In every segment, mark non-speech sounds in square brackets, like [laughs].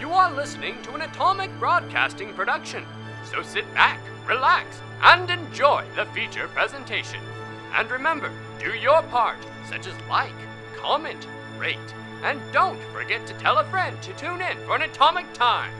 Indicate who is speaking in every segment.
Speaker 1: now listening to an Atomic Broadcasting production. So sit back, relax, and enjoy the feature presentation. And remember, do your part, such as like, comment, rate, and don't forget to tell a friend to tune in for an Atomic Time.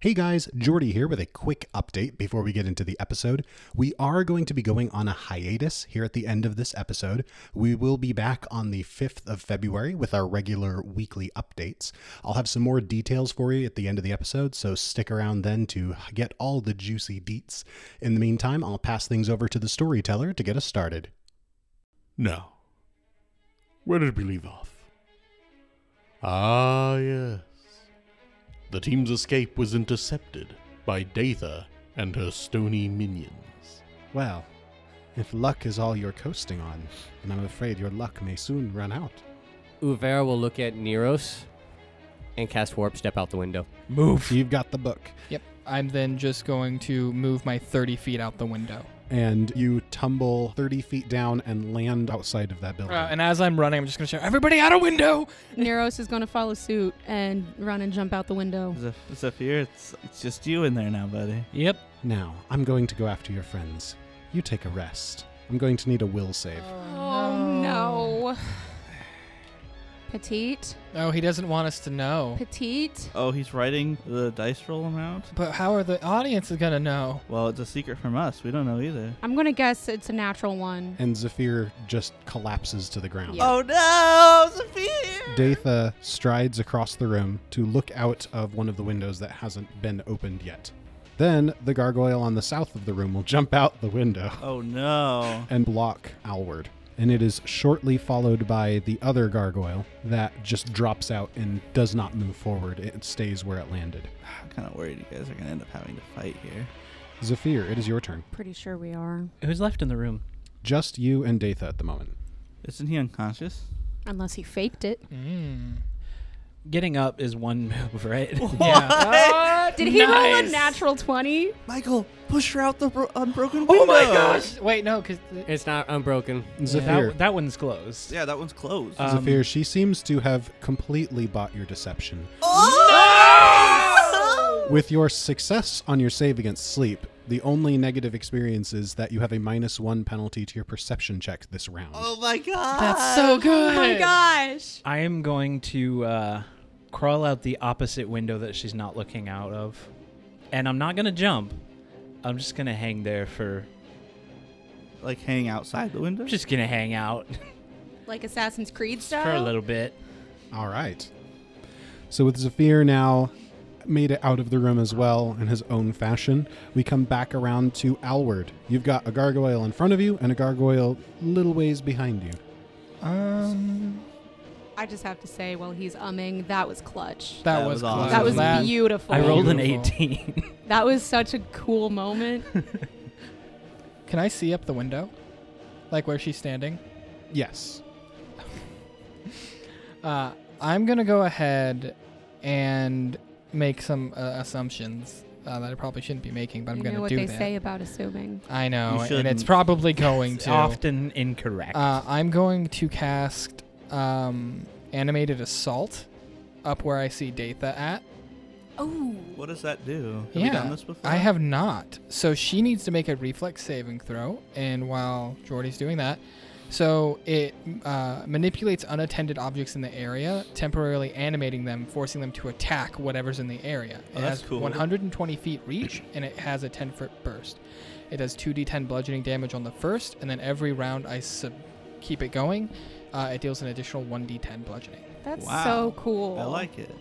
Speaker 2: Hey guys, Jordy here with a quick update before we get into the episode. We are going to be going on a hiatus here at the end of this episode. We will be back on the 5th of February with our regular weekly updates. I'll have some more details for you at the end of the episode, so stick around then to get all the juicy deets. In the meantime, I'll pass things over to the storyteller to get us started.
Speaker 3: Now, where did we leave off? Ah, yes. The team's escape was intercepted by Datha and her stony minions.
Speaker 2: Well, if luck is all you're coasting on, then I'm afraid your luck may soon run out.
Speaker 4: Uvera will look at Neros and cast Warp Step out the window.
Speaker 5: Move.
Speaker 2: You've got the book.
Speaker 6: Yep. I'm then just going to move my 30 feet out the window.
Speaker 2: and you tumble 30 feet down and land outside of that
Speaker 6: Uh,
Speaker 2: building.
Speaker 6: and as I'm running, I'm just going to shout, everybody out a window!
Speaker 7: Neros is going to follow suit and run and jump out the window.
Speaker 5: Zep- Zephyr, it's, it's just you in there now, buddy.
Speaker 4: Yep.
Speaker 2: now, I'm going to go after your friends. You take a rest. I'm going to need a will save.
Speaker 6: Uh.
Speaker 7: Oh, no. Petite.
Speaker 6: No, he doesn't want us to know.
Speaker 7: Petite.
Speaker 5: Oh, he's writing the dice roll amount?
Speaker 6: But how are the audiences going to know?
Speaker 5: Well, it's a secret from us. We don't know either.
Speaker 7: I'm going to guess it's a natural one.
Speaker 2: And Zephyr just collapses to the ground.
Speaker 7: Yeah.
Speaker 5: Oh no, Zephyr!
Speaker 2: Datha strides across the room to look out of one of the windows that hasn't been opened yet. Then the gargoyle on the south of the room will jump out the window
Speaker 5: oh no.
Speaker 2: and block Alward. And it is shortly followed by the other gargoyle that just drops out and does not move forward. It stays where it landed.
Speaker 5: I'm kind of worried you guys are going to end up having to fight here.
Speaker 2: Zephyr, it is your turn.
Speaker 7: Pretty sure we are.
Speaker 4: Who's left in the room?
Speaker 2: Just you and Datha at the moment.
Speaker 5: Isn't he unconscious?
Speaker 7: Unless he faked it.
Speaker 6: Mm.
Speaker 8: Getting up is one move, right?
Speaker 6: Yeah.
Speaker 7: Did he roll a
Speaker 6: Nice.
Speaker 7: natural 20?
Speaker 5: Michael, push her out the bro- unbroken window.
Speaker 6: Oh my gosh! Wait, no, because.
Speaker 4: It's not unbroken.
Speaker 2: Zephyr,
Speaker 8: that, that one's closed.
Speaker 5: Yeah, that one's closed.
Speaker 8: Uh, um,
Speaker 2: Zephyr, she seems to have completely bought your deception.
Speaker 5: Oh!
Speaker 2: With your success on your save against sleep, the only negative experience is that you have a minus one penalty to your perception check this round.
Speaker 5: oh my god.
Speaker 6: That's so good!
Speaker 7: Ah, Oh my gosh.
Speaker 8: I am going to uh, crawl out the opposite window that she's not looking out of. And I'm not going to jump. I'm just going to hang there for.
Speaker 5: Like hanging outside the window?
Speaker 8: I'm just going to hang out [laughs]
Speaker 7: Like Assassin's Creed style?
Speaker 8: for a little bit.
Speaker 2: All right. So with Zephyr now made it out of the room as well in his own fashion, we come back around to Alward. You've got a gargoyle in front of you and a gargoyle little ways behind you.
Speaker 6: Um,
Speaker 7: I just have to say, while he's umming, that was clutch.
Speaker 6: that,
Speaker 5: That
Speaker 6: was
Speaker 5: was awesome.
Speaker 6: close.
Speaker 7: That was
Speaker 6: That-
Speaker 7: beautiful.
Speaker 8: I rolled an
Speaker 6: Beautiful.
Speaker 8: [laughs] 18.
Speaker 7: That was such a cool moment.
Speaker 6: Can I see up the window? Like where she's standing?
Speaker 2: Yes.
Speaker 6: Uh, I'm gonna go ahead and make some uh, assumptions uh, that I probably shouldn't be making, but I'm
Speaker 7: you
Speaker 6: gonna
Speaker 7: know what
Speaker 6: do
Speaker 7: they
Speaker 6: that.
Speaker 7: say about assuming.
Speaker 6: I know, and it's
Speaker 5: shouldn't.
Speaker 6: probably going to.
Speaker 8: often incorrect.
Speaker 6: Uh, I'm going to cast um, animated assault up where I see Datha at.
Speaker 7: Oh.
Speaker 5: What does that do? Have we
Speaker 6: yeah,
Speaker 5: done this before?
Speaker 6: I have not. So she needs to make a reflex saving throw, and while Jordy's doing that, so it uh, manipulates unattended objects in the area, temporarily animating them, forcing them to attack whatever's in the area.
Speaker 5: Oh,
Speaker 6: it
Speaker 5: that's
Speaker 6: has
Speaker 5: cool.
Speaker 6: 120 feet reach, and it has a 10 foot burst. It does 2d10 bludgeoning damage on the first, and then every round I sub- keep it going, uh, it deals an additional 1d10 bludgeoning.
Speaker 7: That's
Speaker 5: Wow.
Speaker 7: so cool.
Speaker 5: I like it.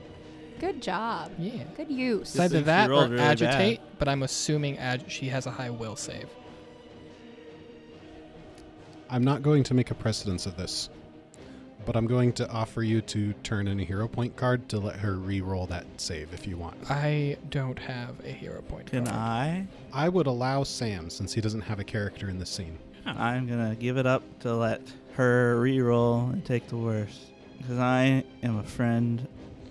Speaker 7: Good job.
Speaker 6: Yeah.
Speaker 7: Good use.
Speaker 6: It's either
Speaker 5: think she
Speaker 6: that or
Speaker 5: rolled really
Speaker 6: agitate, but I'm assuming ag- she has a high will save.
Speaker 2: I'm not going to make a precedence of this, but I'm going to offer you to turn in a hero point card to let her re-roll that save if you want.
Speaker 6: I don't have a hero point.
Speaker 5: Can
Speaker 6: card.
Speaker 5: I?
Speaker 2: I would allow Sam since he doesn't have a character in this scene.
Speaker 5: I'm gonna give it up to let her reroll and take the worst because I am a friend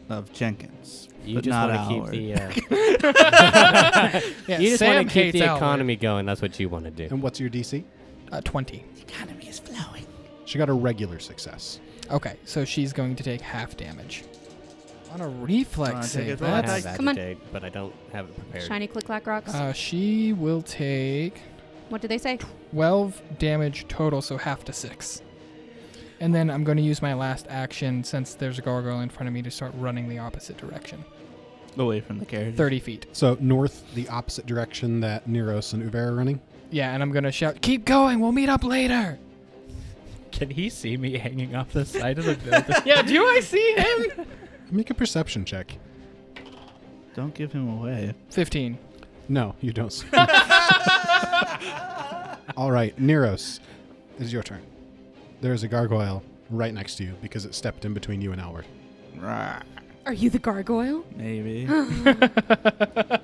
Speaker 5: of Jenkins,
Speaker 4: You
Speaker 5: but
Speaker 4: just
Speaker 5: not
Speaker 4: wanna [laughs]
Speaker 5: Howard.
Speaker 4: keep the. Uh,
Speaker 6: Yeah,
Speaker 4: you just
Speaker 6: Sam
Speaker 4: want to keep
Speaker 6: hates
Speaker 4: the
Speaker 6: Alward.
Speaker 4: economy going. That's what you want to do.
Speaker 2: And what's your DC?
Speaker 6: Uh, Twenty.
Speaker 5: economy is flat.
Speaker 2: She got a regular success.
Speaker 6: Okay, so she's going to take half damage. On a reflex
Speaker 5: Come on, take
Speaker 6: save.
Speaker 5: it.
Speaker 4: I have
Speaker 5: Roll
Speaker 7: That's- come on.
Speaker 4: agitate, but I don't have it prepared.
Speaker 7: Shiny click clack rocks.
Speaker 6: Uh, she will take
Speaker 7: what did they say?
Speaker 6: 12 damage total, so half to 6. And then I'm going to use my last action since there's a gargoyle in front of me to start running the opposite direction.
Speaker 5: Away from the carriage.
Speaker 6: 30 feet.
Speaker 2: So north, the opposite direction that Neros and Uvera are running.
Speaker 6: Yeah, and I'm going to shout, Keep going, we'll meet up later.
Speaker 8: Can he see me hanging off [laughs] the side of the building?
Speaker 6: Yeah, do I see [laughs] him?
Speaker 2: Make a perception check.
Speaker 5: Don't give him away.
Speaker 6: [laughs] 15.
Speaker 2: No, you don't.
Speaker 6: [laughs]
Speaker 2: see. All right, Neros, it is your turn. There is a gargoyle right next to you because it stepped in between you and Albert.
Speaker 5: Rah,
Speaker 7: Are you the gargoyle? [gasps]
Speaker 5: Maybe.
Speaker 7: That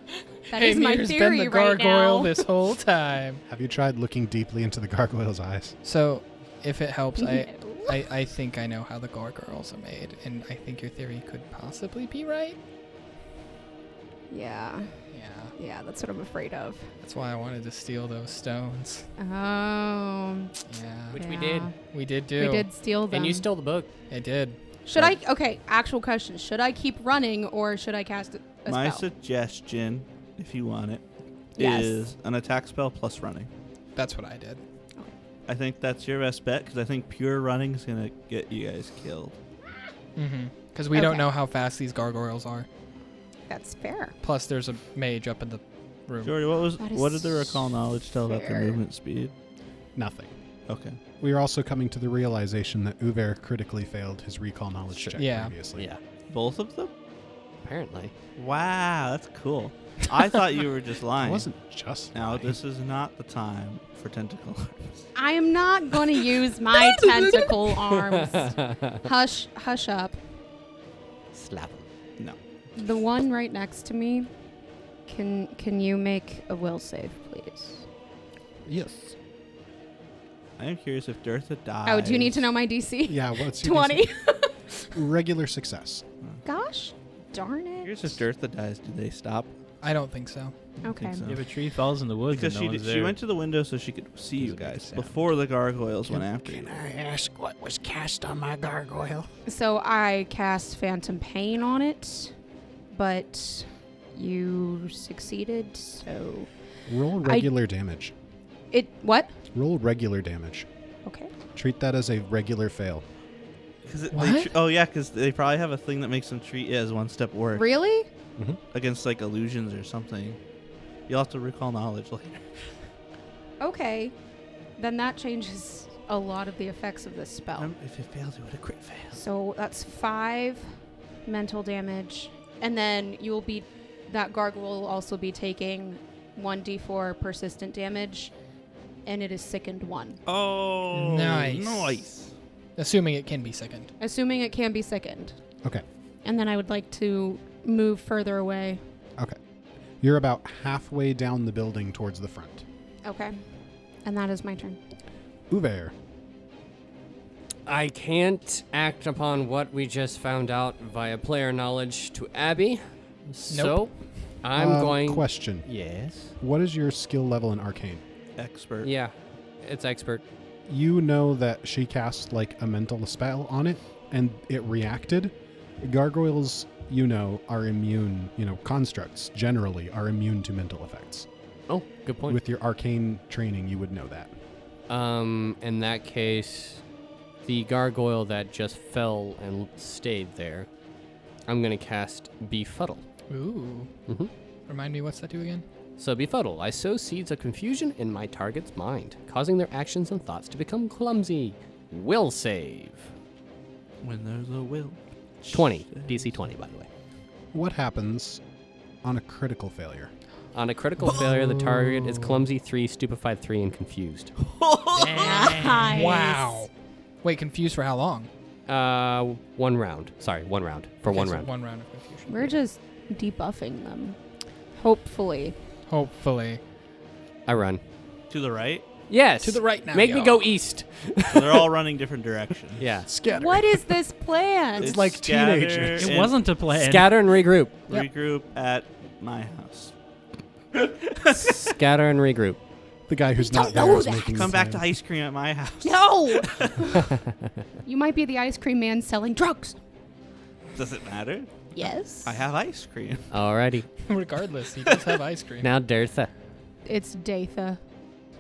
Speaker 7: is my
Speaker 6: Mir's been
Speaker 7: theory
Speaker 6: the
Speaker 7: right
Speaker 6: gargoyle
Speaker 7: now.
Speaker 6: this whole time.
Speaker 2: Have you tried looking deeply into the gargoyle's eyes?
Speaker 6: So, if it helps,
Speaker 7: [laughs]
Speaker 6: I,
Speaker 7: [laughs] No.
Speaker 6: I, I think I know how the gargoyles are made, and I think your theory could possibly be right.
Speaker 7: yeah,
Speaker 6: Yeah,
Speaker 7: yeah, that's what I'm afraid of.
Speaker 6: that's why I wanted to steal those stones.
Speaker 7: Oh,
Speaker 6: Yeah,
Speaker 4: Which we
Speaker 7: yeah.
Speaker 4: did.
Speaker 6: we did do.
Speaker 7: We did steal them.
Speaker 4: And you stole the book.
Speaker 6: I did.
Speaker 7: Should I? Okay, actual question: Should I keep running or should I cast a a
Speaker 5: My
Speaker 7: spell?
Speaker 5: suggestion, if you want it,
Speaker 7: Yes.
Speaker 5: is an attack spell plus running.
Speaker 6: That's what I did.
Speaker 5: I think that's your best bet because I think pure running is gonna get you guys killed.
Speaker 6: Mm-hmm. Because we don't
Speaker 7: Okay.
Speaker 6: know how fast these gargoyles are.
Speaker 7: That's fair.
Speaker 6: Plus, there's a mage up in the room.
Speaker 5: Jordy, what was
Speaker 7: That is
Speaker 5: what did the recall knowledge tell about the
Speaker 7: fair.
Speaker 5: movement speed?
Speaker 2: Nothing.
Speaker 5: Okay.
Speaker 2: We are also coming to the realization that Uver critically failed his recall knowledge check
Speaker 6: Yeah.
Speaker 2: previously.
Speaker 5: Both of them?
Speaker 4: Apparently.
Speaker 5: Wow, that's [laughs] cool. I thought you were just
Speaker 2: It
Speaker 5: lying.
Speaker 2: wasn't just
Speaker 5: Now
Speaker 2: lying.
Speaker 5: this is not the time for tentacle arms.
Speaker 7: I am not going to use my [laughs] tentacle [laughs] arms. Hush, hush up.
Speaker 4: Slap him.
Speaker 5: [laughs] No.
Speaker 7: The one right next to me. Can can you make a will save, please?
Speaker 2: Yes.
Speaker 5: I am curious if Dirtha dies.
Speaker 7: Oh, do you need to know my DC?
Speaker 2: Yeah, what's your
Speaker 7: [laughs] Twenty.
Speaker 2: regular success?
Speaker 7: Gosh, darn it.
Speaker 5: Here's if Dirtha dies, do they stop?
Speaker 6: I don't think so.
Speaker 5: I don't think
Speaker 7: Okay.
Speaker 5: so.
Speaker 8: If a tree falls in the woods,
Speaker 5: Because
Speaker 8: and
Speaker 5: she,
Speaker 8: no one's
Speaker 5: did,
Speaker 8: there.
Speaker 5: she went to the window so she could see you
Speaker 8: Doesn't make a
Speaker 5: guys
Speaker 8: sound.
Speaker 5: before the gargoyles went after you.
Speaker 2: I ask what was cast on my gargoyle?
Speaker 7: So I cast Phantom Pain on it, but you succeeded. So
Speaker 2: Roll
Speaker 7: I-
Speaker 2: regular damage.
Speaker 7: it what?
Speaker 2: Roll regular damage.
Speaker 7: Okay.
Speaker 2: Treat that as a regular fail.
Speaker 5: Cause it, They
Speaker 6: What?
Speaker 5: tr- oh yeah, because they probably have a thing that makes them treat it as one step worse
Speaker 7: Really?
Speaker 5: against like illusions or something. You'll have to recall knowledge later.
Speaker 7: Okay. Then that changes a lot of the effects of this spell.
Speaker 5: Um, if it fails, it would have crit failed.
Speaker 7: So that's five mental damage, and then you'll be that gargoyle will also be taking one d4 persistent damage, and it is sickened one.
Speaker 5: Oh,
Speaker 6: Nice. Assuming it can be sickened.
Speaker 7: Assuming it can be sickened,
Speaker 2: Okay.
Speaker 7: and then I would like to move further away.
Speaker 2: Okay. You're about halfway down the building towards the front.
Speaker 7: Okay, and that is my turn.
Speaker 2: Uver,
Speaker 4: I can't act upon what we just found out via player knowledge to Abby. So I'm
Speaker 2: um,
Speaker 4: going.
Speaker 2: Question:
Speaker 4: Yes.
Speaker 2: What is your skill level in arcane?
Speaker 5: Expert.
Speaker 4: Yeah. It's expert.
Speaker 2: You know that she cast like a mental spell on it, and it reacted. Gargoyles, you know, are immune. You know, constructs generally are immune to mental effects.
Speaker 4: Oh, good point.
Speaker 2: With your arcane training, you would know that.
Speaker 4: Um, in that case, the gargoyle that just fell and stayed there, I'm gonna cast Befuddle.
Speaker 6: Ooh.
Speaker 4: Mhm.
Speaker 6: Remind me, what's that do again?
Speaker 4: So Befuddle, I sow seeds of confusion in my target's mind, causing their actions and thoughts to become clumsy. Will save.
Speaker 5: When there's a will.
Speaker 4: 20. DC 20, by the way.
Speaker 2: What happens on a critical failure?
Speaker 4: On a critical failure, the target is clumsy 3, stupefied 3, and confused.
Speaker 6: [laughs] Wow. Wait, confused for how long?
Speaker 4: Uh, one round. Sorry, one round. For
Speaker 6: Okay,
Speaker 4: one
Speaker 6: so
Speaker 4: round.
Speaker 6: One round of confusion.
Speaker 7: We're just debuffing them. Hopefully.
Speaker 6: Hopefully. [laughs]
Speaker 4: I run.
Speaker 5: To the
Speaker 4: [laughs]
Speaker 5: right.
Speaker 4: Yes!
Speaker 6: To the right now,
Speaker 4: Make me
Speaker 6: y'all.
Speaker 4: go east!
Speaker 5: So they're all running different directions.
Speaker 4: Yeah.
Speaker 2: Scatter.
Speaker 7: What is this plan?
Speaker 2: It's like
Speaker 5: scatter
Speaker 2: teenagers.
Speaker 8: It
Speaker 5: and
Speaker 8: wasn't a plan.
Speaker 4: Scatter and regroup.
Speaker 5: Regroup at my house.
Speaker 4: Scatter and regroup.
Speaker 2: The guy who's
Speaker 7: We
Speaker 2: not
Speaker 7: don't
Speaker 2: there
Speaker 7: know
Speaker 2: is
Speaker 7: that.
Speaker 2: making the
Speaker 5: Come back to
Speaker 2: sound.
Speaker 5: ice cream at my house. [laughs]
Speaker 7: No! you might be the ice cream man selling drugs.
Speaker 5: Does it matter?
Speaker 7: Yes.
Speaker 5: I have ice cream.
Speaker 4: Alrighty.
Speaker 6: Regardless, he does have ice
Speaker 5: [laughs]
Speaker 6: cream.
Speaker 4: Now Dirtha.
Speaker 7: It's Datha.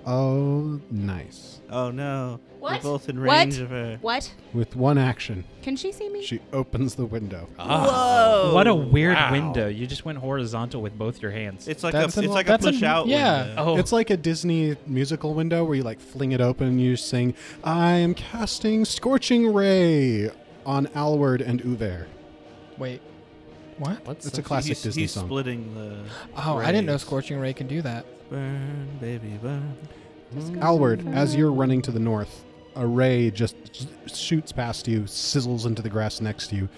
Speaker 2: Oh, nice.
Speaker 5: Oh no. We're
Speaker 7: What?
Speaker 5: both in
Speaker 7: What?
Speaker 5: range of her.
Speaker 7: What?
Speaker 2: With one action,
Speaker 7: Can she see me?
Speaker 2: she opens the window.
Speaker 5: Oh. Whoa!
Speaker 8: Ah. what a weird window. You just went horizontal with both your hands.
Speaker 5: It's like
Speaker 2: That's
Speaker 5: a
Speaker 2: an-
Speaker 5: it's like a
Speaker 6: that's an-
Speaker 5: push out.
Speaker 6: yeah.
Speaker 5: window.
Speaker 8: oh,
Speaker 2: It's like a Disney musical window where you like fling it open, you sing, I am casting Scorching Ray on Alward and Uver.
Speaker 6: Wait, what?
Speaker 4: What's
Speaker 2: It's a
Speaker 4: the-
Speaker 2: classic
Speaker 5: he's,
Speaker 2: Disney
Speaker 5: he's
Speaker 2: song.
Speaker 5: splitting the.
Speaker 6: Oh, I didn't know
Speaker 5: rays.
Speaker 6: Scorching Ray can do that.
Speaker 5: Burn, baby, burn.
Speaker 7: Mm-hmm.
Speaker 2: Alward, as you're running to the north, a ray just shoots past you, sizzles into the grass next to you.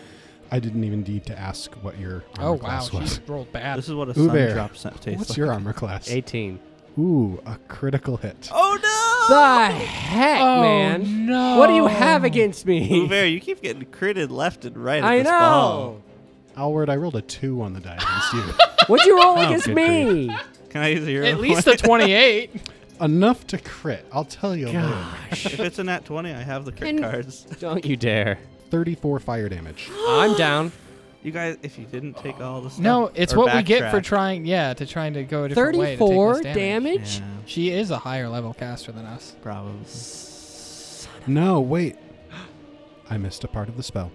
Speaker 2: I didn't even need to ask what your armor
Speaker 6: Oh wow,
Speaker 2: class
Speaker 6: she
Speaker 2: was.
Speaker 6: rolled bad.
Speaker 5: This is what a
Speaker 2: Uber.
Speaker 5: sun drop sa- tastes
Speaker 2: What's
Speaker 5: like.
Speaker 2: your armor class?
Speaker 4: 18.
Speaker 2: Ooh, a critical hit.
Speaker 5: Oh no!
Speaker 4: The heck,
Speaker 6: Oh,
Speaker 4: man!
Speaker 6: no.
Speaker 4: What do you have against me?
Speaker 5: Uber, you keep getting critted left and right.
Speaker 4: I
Speaker 5: at this
Speaker 4: know.
Speaker 2: Alward, I rolled a two on the die against
Speaker 5: [laughs]
Speaker 2: you.
Speaker 4: What'd you
Speaker 2: [laughs]
Speaker 4: roll
Speaker 2: Oh,
Speaker 4: against
Speaker 2: good
Speaker 4: me?
Speaker 5: Ball. Can I use your?
Speaker 6: At least a 28.
Speaker 2: Enough to crit. I'll tell you later.
Speaker 5: if it's a nat twenty, I have the crit
Speaker 7: Can-
Speaker 5: cards. [laughs]
Speaker 4: Don't you dare.
Speaker 2: 34 fire damage.
Speaker 6: [gasps]
Speaker 4: I'm down.
Speaker 5: You guys, if you didn't take all the stuff.
Speaker 6: no, it's
Speaker 5: or
Speaker 6: what we get for
Speaker 5: backtrack.
Speaker 6: trying. Yeah, to trying to go a different way. to take
Speaker 4: 34
Speaker 6: less
Speaker 4: damage?
Speaker 5: Yeah,
Speaker 6: She is a higher level caster than us.
Speaker 5: probably.
Speaker 2: No, wait. I missed a part of the spell.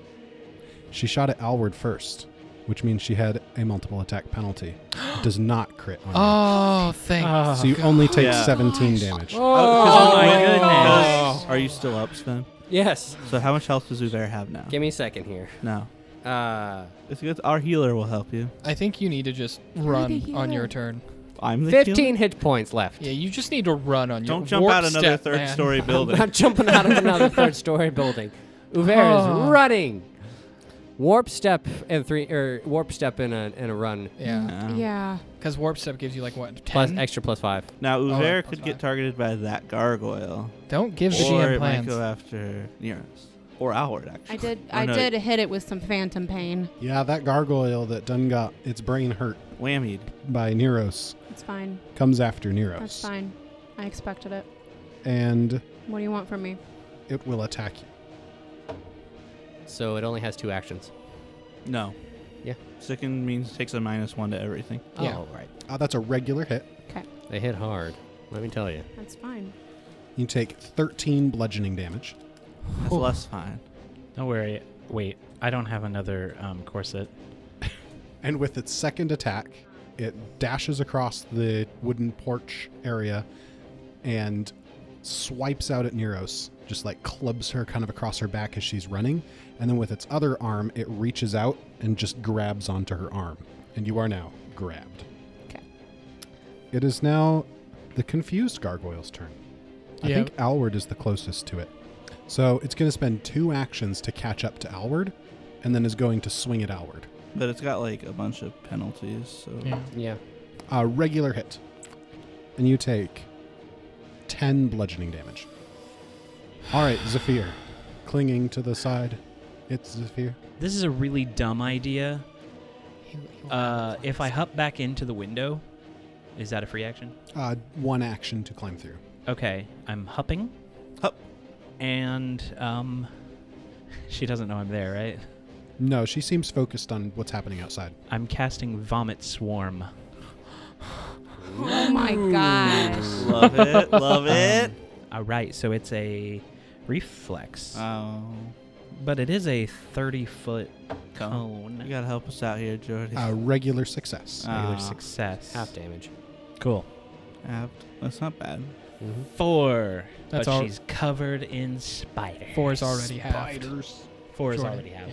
Speaker 2: She shot at Alward first, which means she had a multiple attack
Speaker 5: [gasps]
Speaker 2: penalty. It does not crit on
Speaker 6: Oh, thank.
Speaker 5: Ah.
Speaker 2: you. So you only take
Speaker 5: Yeah.
Speaker 2: 17 damage.
Speaker 5: Oh,
Speaker 8: my
Speaker 5: wait,
Speaker 8: goodness.
Speaker 5: because- Are you still up, Sven?
Speaker 4: Yes.
Speaker 5: So how much health does Uber have now?
Speaker 4: Give me a second here.
Speaker 5: No.
Speaker 4: Uh,
Speaker 5: It's good. Our healer will help you.
Speaker 6: I think you need to just run
Speaker 7: the
Speaker 6: on your
Speaker 7: healer.
Speaker 6: turn.
Speaker 5: I'm the healer.
Speaker 4: 15 hit points left.
Speaker 6: Yeah, you just need to run on your.
Speaker 5: Don't jump
Speaker 6: warp
Speaker 5: out another
Speaker 6: step,
Speaker 5: third
Speaker 6: man.
Speaker 5: story building.
Speaker 4: [laughs] I'm jumping out of
Speaker 6: [laughs]
Speaker 4: another third story building. Uver
Speaker 6: Oh.
Speaker 4: is running. Warp step and three or warp step in a in a run.
Speaker 6: Yeah,
Speaker 5: Um,
Speaker 7: yeah.
Speaker 6: because warp step gives you like what 10?
Speaker 4: Plus extra plus five.
Speaker 5: Now
Speaker 6: Oh,
Speaker 5: Uver
Speaker 6: that's
Speaker 5: could
Speaker 6: fine.
Speaker 5: get targeted by that gargoyle,
Speaker 6: Don't give the
Speaker 5: or
Speaker 6: GM
Speaker 5: it might go
Speaker 6: plans.
Speaker 5: after Nerus or Howard actually.
Speaker 7: I did
Speaker 5: Or
Speaker 7: I
Speaker 5: Oh, no,
Speaker 7: did hit it with some phantom pain.
Speaker 2: Yeah, that gargoyle that done got its brain hurt
Speaker 5: Whammied.
Speaker 2: by Neros
Speaker 7: It's fine.
Speaker 2: comes after Neros.
Speaker 7: That's fine. I expected it.
Speaker 2: And
Speaker 7: What do you want from me?
Speaker 2: it will attack you.
Speaker 4: So it only has two actions.
Speaker 5: No.
Speaker 4: Yeah.
Speaker 5: Sickened means takes a minus one to everything.
Speaker 6: Yeah.
Speaker 4: Oh right.
Speaker 2: Uh, that's a regular hit.
Speaker 7: Okay.
Speaker 4: They hit hard. Let me tell you.
Speaker 7: That's fine.
Speaker 2: You take 13 bludgeoning damage.
Speaker 5: That's
Speaker 6: Oh.
Speaker 5: less fine.
Speaker 8: don't worry. Wait, I don't have another um, corset.
Speaker 2: And with its second attack, it dashes across the wooden porch area and swipes out at Neros, just like clubs her kind of across her back as she's running. And then with its other arm, it reaches out and just grabs onto her arm. And you are now grabbed.
Speaker 7: Okay.
Speaker 2: It is now the confused gargoyle's turn. I
Speaker 6: Yeah.
Speaker 2: think Alward is the closest to it. So it's going to spend two actions to catch up to Alward, and then is going to swing at Alward.
Speaker 5: But it's got like a bunch of penalties, so
Speaker 6: Yeah.
Speaker 4: Yeah.
Speaker 2: a regular hit, and you take 10 bludgeoning damage. All right, Zephyr, clinging to the side. It's Zephyr.
Speaker 8: This is a really dumb idea. Uh, if I hop back into the window, is that a free action?
Speaker 2: Uh, one action to climb through.
Speaker 8: Okay, I'm hopping,
Speaker 5: Hup.
Speaker 8: and um, [laughs] she doesn't know I'm there, right?
Speaker 2: No, she seems focused on what's happening outside.
Speaker 8: I'm casting Vomit Swarm.
Speaker 7: Oh my gosh.
Speaker 5: love
Speaker 6: [laughs]
Speaker 5: it, love it.
Speaker 8: All right, Um, so it's a reflex,
Speaker 5: Oh,
Speaker 6: Um,
Speaker 8: but it is a 30 foot
Speaker 5: come.
Speaker 8: cone.
Speaker 5: Oh, You gotta help us out here, Jordy.
Speaker 6: Uh,
Speaker 2: A regular success.
Speaker 8: Regular
Speaker 5: Ah.
Speaker 8: success.
Speaker 4: Half [laughs] damage.
Speaker 8: Cool.
Speaker 5: Apt. That's not bad.
Speaker 8: Four.
Speaker 6: That's
Speaker 8: but
Speaker 6: all-
Speaker 8: she's covered in spiders.
Speaker 6: Four is already halved.
Speaker 8: Four is
Speaker 6: Jordan.
Speaker 8: already half.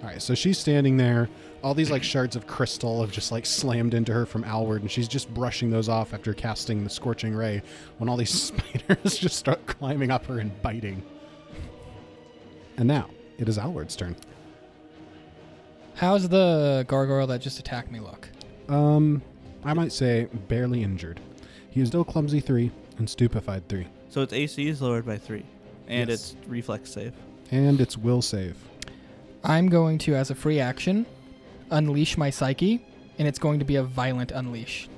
Speaker 2: All right, so she's standing there. All these like shards of crystal have just like slammed into her from Alward, and she's just brushing those off after casting the scorching ray. When all these [laughs] spiders just start climbing up her and biting. And now it is Alward's turn.
Speaker 6: How's the gargoyle that just attacked me look?
Speaker 2: Um, I might say barely injured. He is still clumsy three and stupefied three,
Speaker 5: So its AC is lowered by three, and
Speaker 2: Yes.
Speaker 5: its reflex save.
Speaker 2: and its will save.
Speaker 6: I'm going to, as a free action, unleash my psyche, and it's going to be a violent unleash.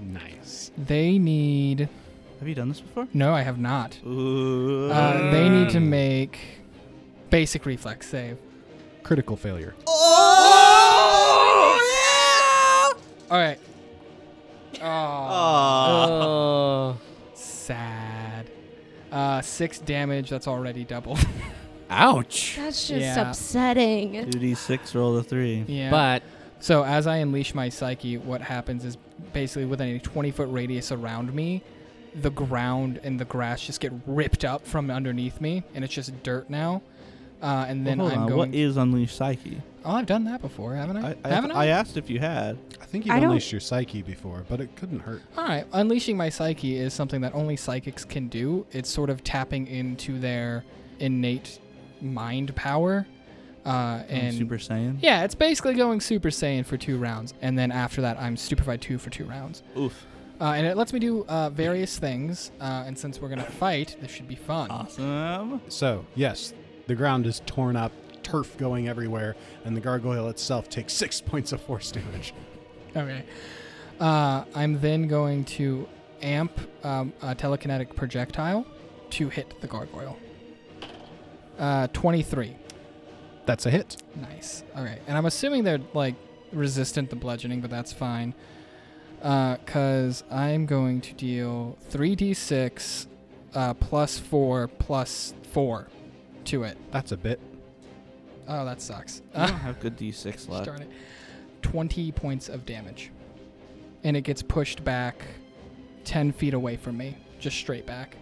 Speaker 2: Nice.
Speaker 6: They need
Speaker 5: Have you done this before?
Speaker 6: No, I have not.
Speaker 5: Ooh.
Speaker 6: Uh, they need to make basic reflex save.
Speaker 2: Critical failure.
Speaker 6: All right. Oh,
Speaker 4: Uh. Oh.
Speaker 6: sad. Uh, six damage. That's already double.
Speaker 4: Ouch.
Speaker 7: That's just
Speaker 6: Yeah.
Speaker 7: upsetting.
Speaker 5: 2d6, roll a 3.
Speaker 6: [laughs] yeah.
Speaker 4: But
Speaker 6: So as I unleash my psyche, what happens is basically within a 20 foot radius around me, the ground and the grass just get ripped up from underneath me, and it's just dirt now. Uh, and then
Speaker 5: Well, hold
Speaker 6: I'm
Speaker 5: on.
Speaker 6: going.
Speaker 5: What is Unleashed Psyche?
Speaker 6: oh, I've done that before, haven't I?
Speaker 5: I, I,
Speaker 6: haven't
Speaker 5: I asked if you had.
Speaker 2: I think you've
Speaker 7: I don't-
Speaker 2: unleashed your psyche before, but it couldn't hurt.
Speaker 6: All right, unleashing my psyche is something that only psychics can do. It's sort of tapping into their innate mind power, uh,
Speaker 5: And
Speaker 6: and
Speaker 5: Super Saiyan?
Speaker 6: yeah, it's basically going Super Saiyan for two rounds, and then after that, I'm stupefied two for two rounds.
Speaker 5: Oof.
Speaker 6: Uh, and it lets me do uh, various things. Uh, and since we're gonna fight, this should be fun.
Speaker 5: Ah. Awesome.
Speaker 2: So, yes, the ground is torn up, turf going everywhere, and the gargoyle itself takes [laughs] six points of force damage.
Speaker 6: Okay. Uh, I'm then going to amp um, a telekinetic projectile to hit the gargoyle. Uh, 23.
Speaker 2: That's a hit.
Speaker 6: Nice. All right. And I'm assuming they're like resistant to bludgeoning, but that's fine. Because I'm going to deal 3d6 uh, plus 4 plus 4 to it.
Speaker 2: That's a bit.
Speaker 6: Oh, that sucks. [laughs]
Speaker 5: I don't have good d6 left.
Speaker 6: Darn it. 20 points of damage. And it gets pushed back 10 feet away from me, just straight back.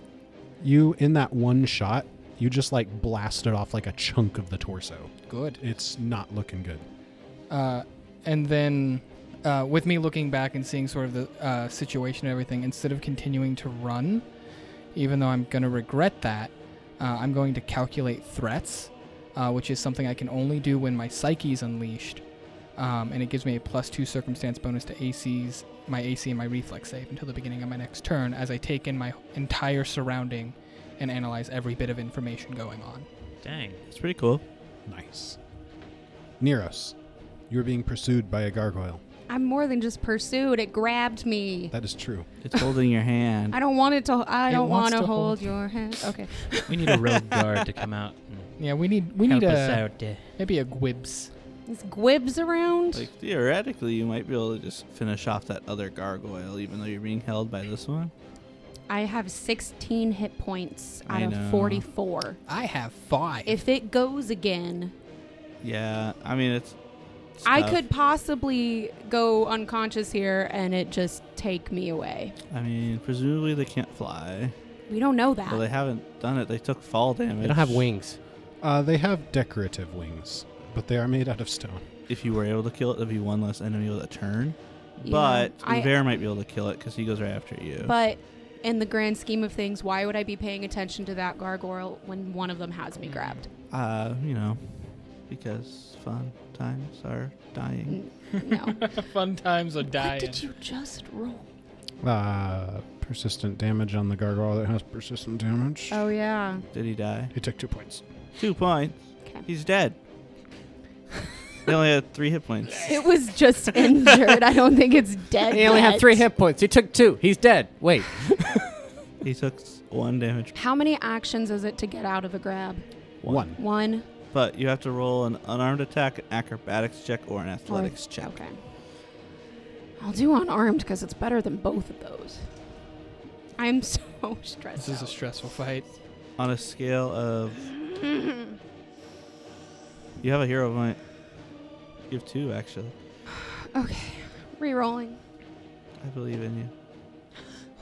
Speaker 2: You, in that one shot, you just like blasted off like a chunk of the torso.
Speaker 6: Good.
Speaker 2: It's not looking good.
Speaker 6: Uh, and then, uh, with me looking back and seeing sort of the uh, situation and everything, instead of continuing to run, even though I'm going to regret that, uh, I'm going to calculate threats, uh, which is something I can only do when my psyche is unleashed. Um, and it gives me a plus two circumstance bonus to ACs, my AC, and my reflex save until the beginning of my next turn as I take in my entire surrounding and analyze every bit of information going on.
Speaker 8: Dang.
Speaker 5: It's pretty cool.
Speaker 2: Nice. Neros, you are being pursued by a gargoyle.
Speaker 7: I'm more than just pursued. It grabbed me.
Speaker 2: That is true.
Speaker 7: [laughs]
Speaker 5: It's holding your hand.
Speaker 7: I don't want it to. I
Speaker 6: It
Speaker 7: don't want
Speaker 6: wants
Speaker 7: to
Speaker 6: to
Speaker 7: hold,
Speaker 6: hold.
Speaker 7: your hand. Okay.
Speaker 8: We need a rogue guard to come out and
Speaker 6: Yeah, we need we
Speaker 8: help
Speaker 6: need
Speaker 8: us
Speaker 6: a
Speaker 8: out. uh,
Speaker 6: maybe a Gwibs.
Speaker 7: Is Gwibs around?
Speaker 5: Like, theoretically, you might be able to just finish off that other gargoyle, even though you're being held by this one.
Speaker 7: I have 16 hit points out
Speaker 5: I
Speaker 7: of
Speaker 5: know.
Speaker 7: 44.
Speaker 6: I have five.
Speaker 7: If it goes again,
Speaker 5: Yeah, I mean, it's. it's
Speaker 7: I
Speaker 5: tough.
Speaker 7: could possibly go unconscious here and it just take me away.
Speaker 5: I mean, presumably they can't fly.
Speaker 7: We don't know
Speaker 5: Well, they
Speaker 7: that.
Speaker 5: haven't done it. They took fall damage.
Speaker 4: they don't have wings.
Speaker 2: Uh, they have decorative wings, but they are made out of stone.
Speaker 5: If you were able to kill it, there'd be one less enemy with a turn.
Speaker 7: Yeah,
Speaker 5: but
Speaker 7: I-
Speaker 5: Bear might be able to kill it because he goes right after you.
Speaker 7: But in the grand scheme of things, why would I be paying attention to that gargoyle when one of them has me
Speaker 5: [laughs]
Speaker 7: grabbed?
Speaker 5: uh, you know, because fun times are dying.
Speaker 7: N- No.
Speaker 6: Fun times are
Speaker 7: what
Speaker 6: dying.
Speaker 7: did you just roll?
Speaker 2: Uh, persistent damage on the gargoyle that has persistent damage.
Speaker 7: Oh, yeah.
Speaker 5: Did he die?
Speaker 2: You took two points.
Speaker 5: Two points.
Speaker 7: Okay.
Speaker 5: He's dead. they only had three hit points.
Speaker 7: It was just [laughs] injured. I don't think it's dead.
Speaker 4: He only had
Speaker 7: yet.
Speaker 4: three hit points. He took two. He's dead. Wait.
Speaker 5: He took s- one damage.
Speaker 7: How many actions is it to get out of a grab?
Speaker 2: One.
Speaker 7: One.
Speaker 5: But you have to roll an unarmed attack, an acrobatics check, or an athletics check.
Speaker 7: Okay. I'll do unarmed because it's better than both of those. I'm [laughs] so stressed.
Speaker 6: This is a
Speaker 7: out.
Speaker 6: stressful fight.
Speaker 5: On a scale of. You have a hero point. You have two, actually.
Speaker 7: [laughs] Rerolling.
Speaker 5: I believe in you.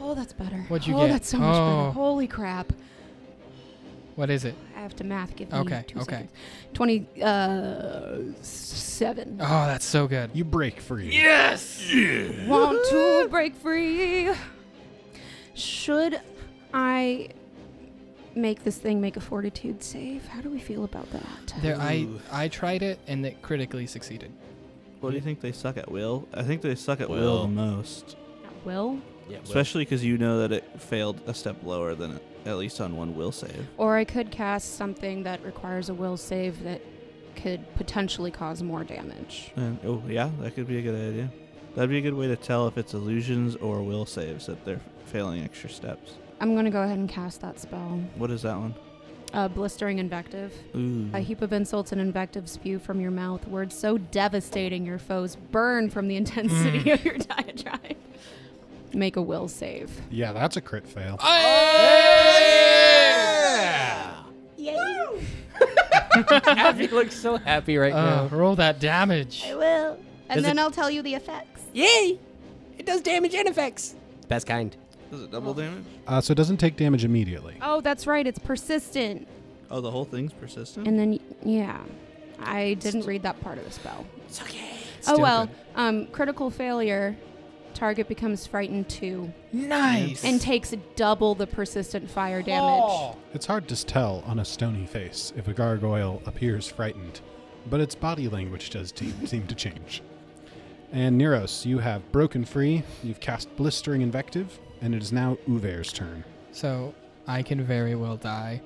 Speaker 7: Oh, that's better.
Speaker 6: What'd you
Speaker 7: oh,
Speaker 6: get?
Speaker 7: that's so much
Speaker 6: Oh.
Speaker 7: better. Holy crap!
Speaker 6: What is it?
Speaker 7: I have to math. Give me
Speaker 6: Okay,
Speaker 7: two
Speaker 6: okay.
Speaker 7: seconds. Twenty uh, seven.
Speaker 6: Oh, that's so good.
Speaker 2: You break free.
Speaker 7: Want to break free? Should I make this thing make a fortitude save? How do we feel about that?
Speaker 6: There, I
Speaker 5: Ooh.
Speaker 6: I tried it and it critically succeeded.
Speaker 5: What do you think they suck at will? I think they suck at will,
Speaker 8: Will.
Speaker 5: the most.
Speaker 7: At will,
Speaker 8: Yeah,
Speaker 5: Especially because you know that it failed a step lower than it, at least on one will save.
Speaker 7: or I could cast something that requires a will save that could potentially cause more damage.
Speaker 5: And, oh, yeah, that could be a good idea. That'd be a good way to tell if it's illusions or will saves that they're failing extra steps.
Speaker 7: I'm going to go ahead and cast that spell.
Speaker 5: What is that one?
Speaker 7: Uh, blistering invective.
Speaker 5: Ooh.
Speaker 7: A heap of insults and invective spew from your mouth. Words so devastating your foes burn from the intensity of your [laughs] diatribe. Make a will save.
Speaker 2: Yeah, that's a crit fail.
Speaker 4: Abby looks so happy right now.
Speaker 6: Uh, roll that damage.
Speaker 7: will. And
Speaker 4: Is
Speaker 7: then
Speaker 4: it-
Speaker 7: I'll tell you the effects.
Speaker 4: Yay! It does damage and effects. Best kind.
Speaker 5: Is it double damage?
Speaker 2: Uh, so it doesn't take damage immediately.
Speaker 7: Oh, that's right. It's persistent.
Speaker 5: Oh, the whole thing's persistent?
Speaker 7: Mm-hmm. And then, yeah. I didn't read that part of the spell.
Speaker 4: It's okay.
Speaker 7: oh, well. Um, critical failure. Target becomes frightened too
Speaker 6: Nice.
Speaker 7: and takes double the persistent fire damage.
Speaker 2: It's hard to tell on a stony face if a gargoyle appears frightened, but its body language does te- [laughs] seem to change. And Neros, you have broken free, you've cast Blistering Invective, and it is now Uver's turn.
Speaker 6: So I can very well die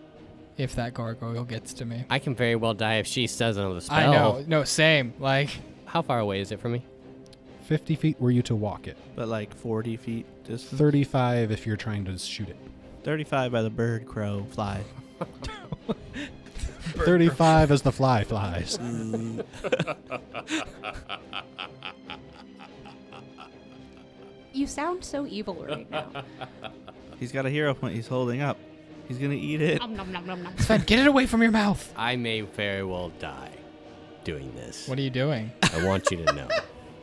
Speaker 6: if that gargoyle gets to me.
Speaker 4: I can very well die if she says another spell.
Speaker 6: I know. No, same. Like
Speaker 4: How far away is it from me?
Speaker 2: 50 feet were you to walk it,
Speaker 5: but like 40 feet distance?
Speaker 2: 35 if you're trying to shoot it.
Speaker 5: 35 by the bird crow fly.
Speaker 2: 35 as the fly flies.
Speaker 7: You sound so evil right [laughs] now.
Speaker 5: He's got a hero point. He's holding up. He's going to eat it.
Speaker 7: Nom, nom, nom, nom, nom.
Speaker 6: [laughs] Sven, get it away from your mouth.
Speaker 4: I may very well die doing this.
Speaker 6: What are you doing?
Speaker 4: I want you to know.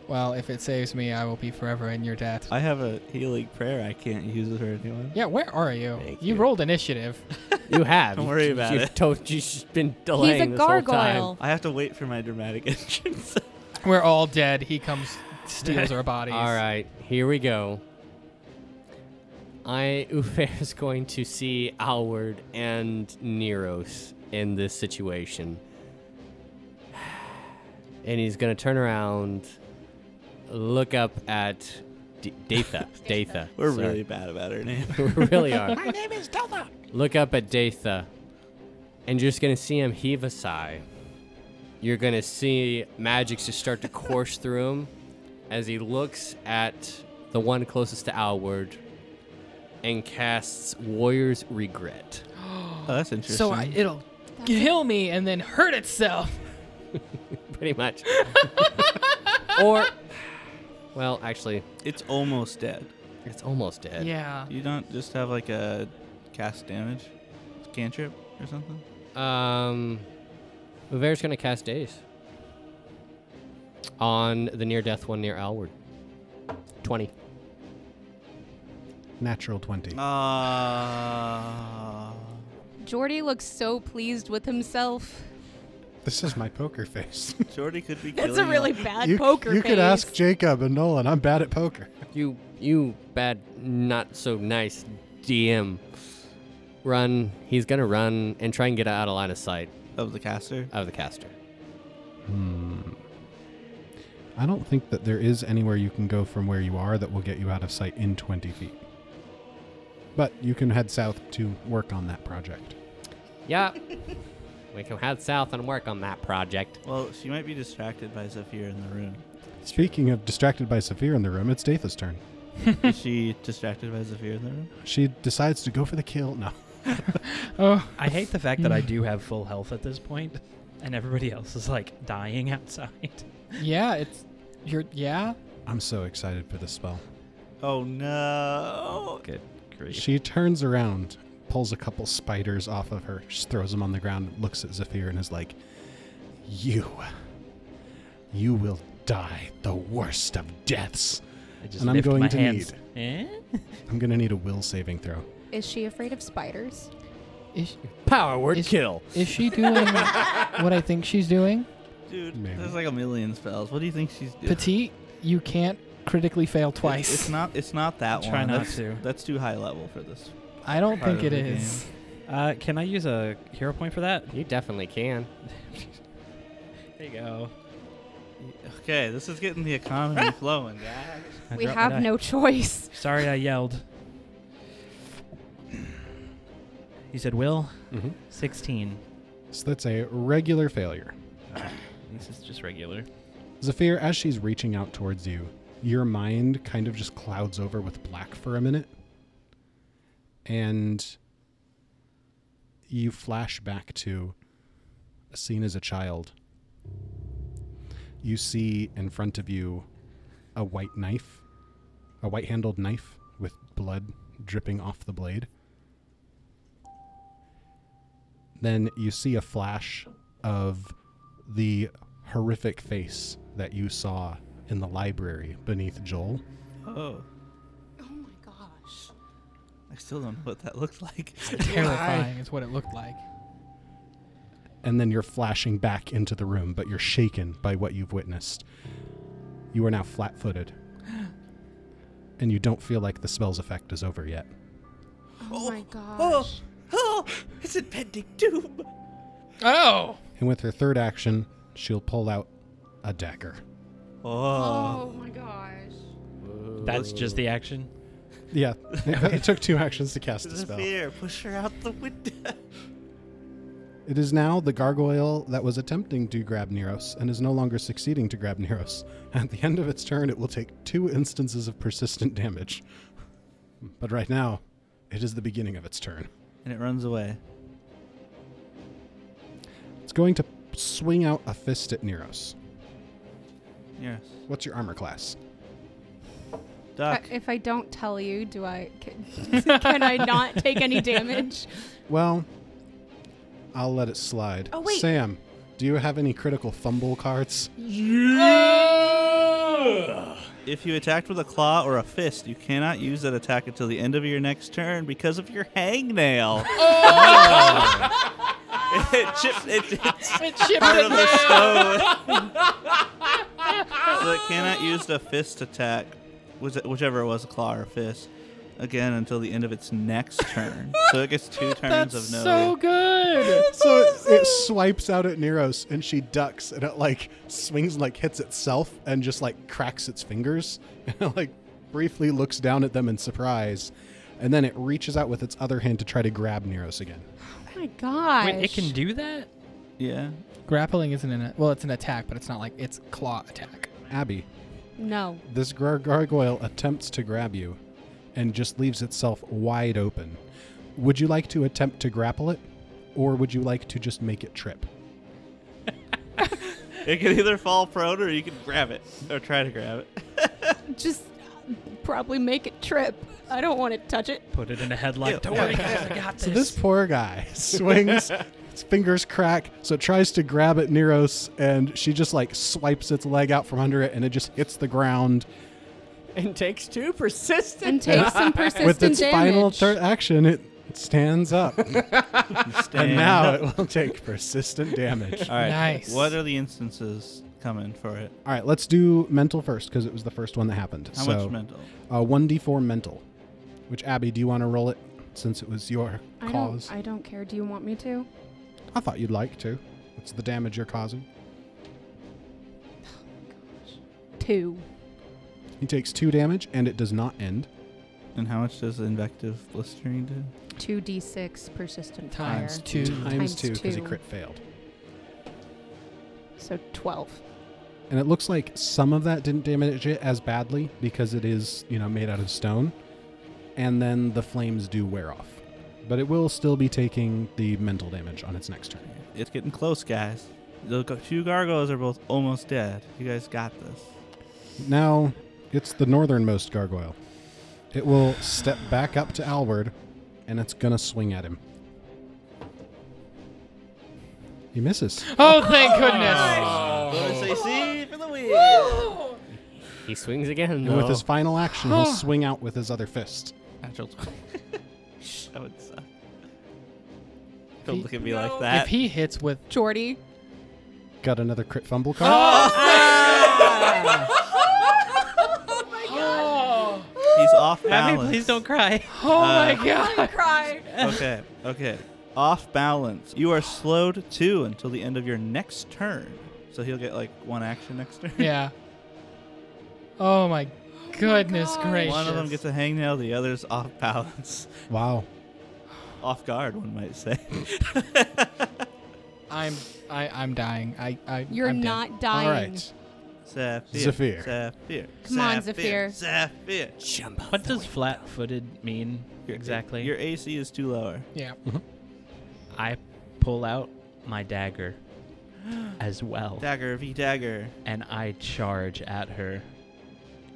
Speaker 6: Well, if it saves me, I will be forever in your debt.
Speaker 5: I have a healing prayer I can't use for anyone.
Speaker 6: Yeah, where are you?
Speaker 4: Thank
Speaker 6: you
Speaker 4: you.
Speaker 6: rolled initiative.
Speaker 4: You have.
Speaker 5: Don't worry about
Speaker 4: you've
Speaker 5: it.
Speaker 4: Told, you've been
Speaker 7: He's
Speaker 4: delaying
Speaker 7: a
Speaker 4: this whole time.
Speaker 7: gargoyle.
Speaker 5: I have to wait for my dramatic [laughs] entrance.
Speaker 6: We're all dead. He comes, [laughs] steals our bodies.
Speaker 4: All right, here we go. I [laughs] Ufair is going to see Alward and Neros in this situation, [sighs] and he's going to turn around, look up at D- Datha. Datha.
Speaker 5: We're
Speaker 4: sorry.
Speaker 5: really bad about her name. [laughs]
Speaker 4: [laughs] we really are. My name is Delta. Look up at Datha, and you're just gonna see him heave a sigh. You're gonna see magic just start to [laughs] course through him as he looks at the one closest to Alward and casts Warrior's Regret. [laughs]
Speaker 5: Oh, that's interesting.
Speaker 6: So I, it'll kill me and then hurt itself.
Speaker 4: Pretty [laughs] much. or, well, actually,
Speaker 5: it's almost dead.
Speaker 4: it's almost dead.
Speaker 6: Yeah.
Speaker 5: You don't just have like a cast damage cantrip or something?
Speaker 4: Um, Uvair's gonna cast Daze on the near death one near Alward. Twenty.
Speaker 2: Natural 20.
Speaker 5: Ah.
Speaker 7: Jordy looks so pleased with himself.
Speaker 2: This is my poker face.
Speaker 5: Jordy could be
Speaker 7: That's
Speaker 5: killing
Speaker 7: a really
Speaker 5: all-
Speaker 7: bad
Speaker 2: you
Speaker 7: poker
Speaker 2: you
Speaker 7: face.
Speaker 2: could ask Jacob and Nolan. I'm bad at poker.
Speaker 4: You, you bad, not so nice DM. Run. He's gonna run and try and get out of line of sight
Speaker 5: of the caster.
Speaker 4: out of the caster.
Speaker 2: I don't think that there is anywhere you can go from where you are that will get you out of sight in 20 feet. But you can head south to work on that project.
Speaker 4: Yup. [laughs] we can head south and work on that project.
Speaker 5: Well, she might be distracted by Zephyr in the room. [laughs]
Speaker 2: Speaking of distracted by Saphir in the room, it's Datha's turn.
Speaker 5: Is she distracted by Zephyr in the room?
Speaker 2: She decides to go for the kill. No.
Speaker 6: Oh,
Speaker 8: I hate the fact that I do have full health at this point, and everybody else is like dying outside.
Speaker 6: yeah. It's you're yeah.
Speaker 2: I'm so excited for this spell.
Speaker 5: Oh no.
Speaker 8: Good grief.
Speaker 2: She turns around, pulls a couple spiders off of her, just throws them on the ground, looks at Zephyr, and is like, You. You will die the worst of deaths.
Speaker 8: I just
Speaker 2: and I'm
Speaker 8: lift
Speaker 2: going
Speaker 8: my
Speaker 2: to
Speaker 8: hands. Eh?
Speaker 2: I'm going to need a will saving throw.
Speaker 7: Is she afraid of spiders?
Speaker 6: Is,
Speaker 4: Power word
Speaker 6: Is-
Speaker 4: kill.
Speaker 6: is she doing what I think she's doing?
Speaker 5: Dude,
Speaker 2: Maybe.
Speaker 5: there's like a million spells. What do you think she's doing?
Speaker 6: Petite, you can't critically fail
Speaker 5: It-
Speaker 6: twice.
Speaker 5: It's not it's not that
Speaker 8: Try
Speaker 5: one.
Speaker 8: not
Speaker 5: that's,
Speaker 8: to.
Speaker 5: That's too high level for this.
Speaker 6: I don't
Speaker 5: part
Speaker 6: think
Speaker 5: of
Speaker 6: it
Speaker 5: the
Speaker 6: is.
Speaker 8: Uh, can I use a hero point for that?
Speaker 4: You definitely can.
Speaker 8: There you go.
Speaker 5: Okay, this is getting the economy flowing, guys.
Speaker 8: I
Speaker 7: we
Speaker 8: dropped my
Speaker 7: have
Speaker 8: die.
Speaker 7: no [laughs] choice.
Speaker 8: Sorry, I yelled. You said Will.
Speaker 2: Mm-hmm.
Speaker 8: 16.
Speaker 2: So that's a regular failure.
Speaker 8: This is just regular.
Speaker 2: Zephyr, as she's reaching out towards you, your mind kind of just clouds over with black for a minute. And you flash back to a scene as a child. You see in front of you a white knife, a white handled knife with blood dripping off the blade. Then you see a flash of the horrific face that you saw in the library beneath Joel.
Speaker 5: Oh,
Speaker 7: Oh my gosh.
Speaker 5: I still don't know what that looks like.
Speaker 6: Terrifying is what it looked like.
Speaker 2: and then you're flashing back into the room, but you're shaken by what you've witnessed. You are now flat footed. [gasps] and you don't feel like the spell's effect is over yet.
Speaker 7: Oh, my gosh.
Speaker 5: Oh, oh, it's impending doom.
Speaker 6: Oh.
Speaker 2: And with her third action, she'll pull out a dagger.
Speaker 5: Oh,
Speaker 7: Oh my gosh.
Speaker 8: That's just the action.
Speaker 2: Yeah, [laughs] it took two actions to cast the
Speaker 5: the
Speaker 2: spell.
Speaker 5: fear. Push her out the window.
Speaker 2: It is now the gargoyle that was attempting to grab Neros and is no longer succeeding to grab Neros. At the end of its turn, it will take two instances of persistent damage. But right now, it is the beginning of its turn.
Speaker 5: and it runs away.
Speaker 2: It's going to swing out a fist at Neros.
Speaker 5: Yes.
Speaker 2: What's your armor class?
Speaker 7: I-
Speaker 5: Duck.
Speaker 7: if I don't tell you, do I can, [laughs] can I not take any damage?
Speaker 2: Well, I'll let it slide.
Speaker 7: Oh, wait.
Speaker 2: Sam, do you have any critical fumble cards?
Speaker 7: Oh
Speaker 5: If you attacked with a claw or a fist, you cannot use that attack until the end of your next turn because of your hangnail. Oh.
Speaker 6: [laughs]
Speaker 5: it chipped. It, it's [laughs]
Speaker 6: It chipped
Speaker 5: part
Speaker 6: it
Speaker 5: of the
Speaker 6: now. [laughs]
Speaker 5: stone. so it cannot use the fist attack, which- whichever it was, a claw or a fist, again until the end of its next turn. so it gets
Speaker 6: [laughs]
Speaker 5: two turns
Speaker 6: That's
Speaker 5: of no.
Speaker 6: so good.
Speaker 2: so it, it swipes out at Neros and she ducks and it like swings and like hits itself and just like cracks its fingers [laughs] and it, like briefly looks down at them in surprise. And then it reaches out with its other hand to try to grab Neros again.
Speaker 7: Oh my gosh.
Speaker 8: Wait, it can do that?
Speaker 5: yeah.
Speaker 6: Grappling isn't an well, it's an attack, but it's not like it's claw attack.
Speaker 2: Abby,
Speaker 7: No.
Speaker 2: This gar- gargoyle attempts to grab you and just leaves itself wide open. Would you like to attempt to grapple it, or would you like to just make it trip?
Speaker 5: It can either fall prone or you can grab it or try to grab
Speaker 6: [laughs]
Speaker 5: it.
Speaker 7: Just probably make it trip. I don't want to touch it.
Speaker 8: Put it in a headlock. Don't [laughs] worry, guys, I got
Speaker 2: So this poor guy [laughs] swings, its fingers crack, so it tries to grab at Neros, and she just like swipes its leg out from under it, and it just hits the ground.
Speaker 4: And takes two persistent.
Speaker 7: And take some persistent
Speaker 2: With its
Speaker 7: damage.
Speaker 2: final tur- action, it stands
Speaker 5: [laughs]
Speaker 2: up, and
Speaker 5: Stand
Speaker 2: now
Speaker 5: up. [laughs]
Speaker 2: it will take persistent damage.
Speaker 5: All right.
Speaker 6: Nice.
Speaker 5: What are the instances coming for it?
Speaker 2: All right, let's do mental first because it was the first one that happened.
Speaker 5: How
Speaker 2: so,
Speaker 5: much mental?
Speaker 2: uh, 1d4 mental. Which, Abby, do you want to roll it since it was your
Speaker 7: I
Speaker 2: cause?
Speaker 7: don't, I don't care. Do you want me to?
Speaker 2: I thought you'd like to. It's the damage you're causing.
Speaker 7: Two.
Speaker 2: He takes two damage and it does not end.
Speaker 5: And how much does invective blistering do?
Speaker 7: 2d6 persistent fire.
Speaker 6: Times two. [laughs]
Speaker 5: [laughs]
Speaker 2: Times
Speaker 7: Times
Speaker 2: two because he
Speaker 7: two.
Speaker 2: crit failed.
Speaker 7: So 12.
Speaker 2: And it looks like some of that didn't damage it as badly because it is, you know, made out of stone. And then the flames do wear off. But it will still be taking the mental damage on its next turn.
Speaker 5: It's getting close, guys. The g- two gargoyles are both almost dead. You guys got this.
Speaker 2: Now it's the northernmost gargoyle. It will step back up to Alward and it's gonna swing at him. He misses.
Speaker 6: Oh, thank goodness.
Speaker 5: Bonus
Speaker 6: Oh.
Speaker 5: AC for the win.
Speaker 4: He swings again.
Speaker 2: And with
Speaker 4: though.
Speaker 2: his final action, he'll swing out with his other fist.
Speaker 5: Natural [laughs] twenty. that would suck. Don't look at me like that.
Speaker 6: If he hits with
Speaker 7: Jordy.
Speaker 2: Got another crit fumble card.
Speaker 5: He's off balance.
Speaker 8: Abby, please don't cry.
Speaker 6: Oh my god.
Speaker 7: Cry.
Speaker 5: [laughs] okay, okay. Off balance. You are slowed two until the end of your next turn. So he'll get like one action next turn.
Speaker 6: Yeah. Oh my goodness gracious.
Speaker 5: Oh One of them gets a hangnail, the other's off balance. [laughs]
Speaker 2: Wow.
Speaker 5: Off guard, one might say. [laughs]
Speaker 6: I'm I I'm dying. I I
Speaker 7: You're
Speaker 6: I'm dead.
Speaker 7: not
Speaker 2: All
Speaker 7: dying.
Speaker 2: right.
Speaker 5: Sapphire.
Speaker 2: Zephyr.
Speaker 5: Sapphire.
Speaker 7: Come on, Zephyr.
Speaker 5: Sapphire.
Speaker 8: What does flat footed mean
Speaker 5: Your-
Speaker 8: exactly?
Speaker 5: Your AC is too lower.
Speaker 6: Yeah.
Speaker 8: I pull out my dagger [gasps] as well.
Speaker 5: Dagger v dagger.
Speaker 8: and I charge at her.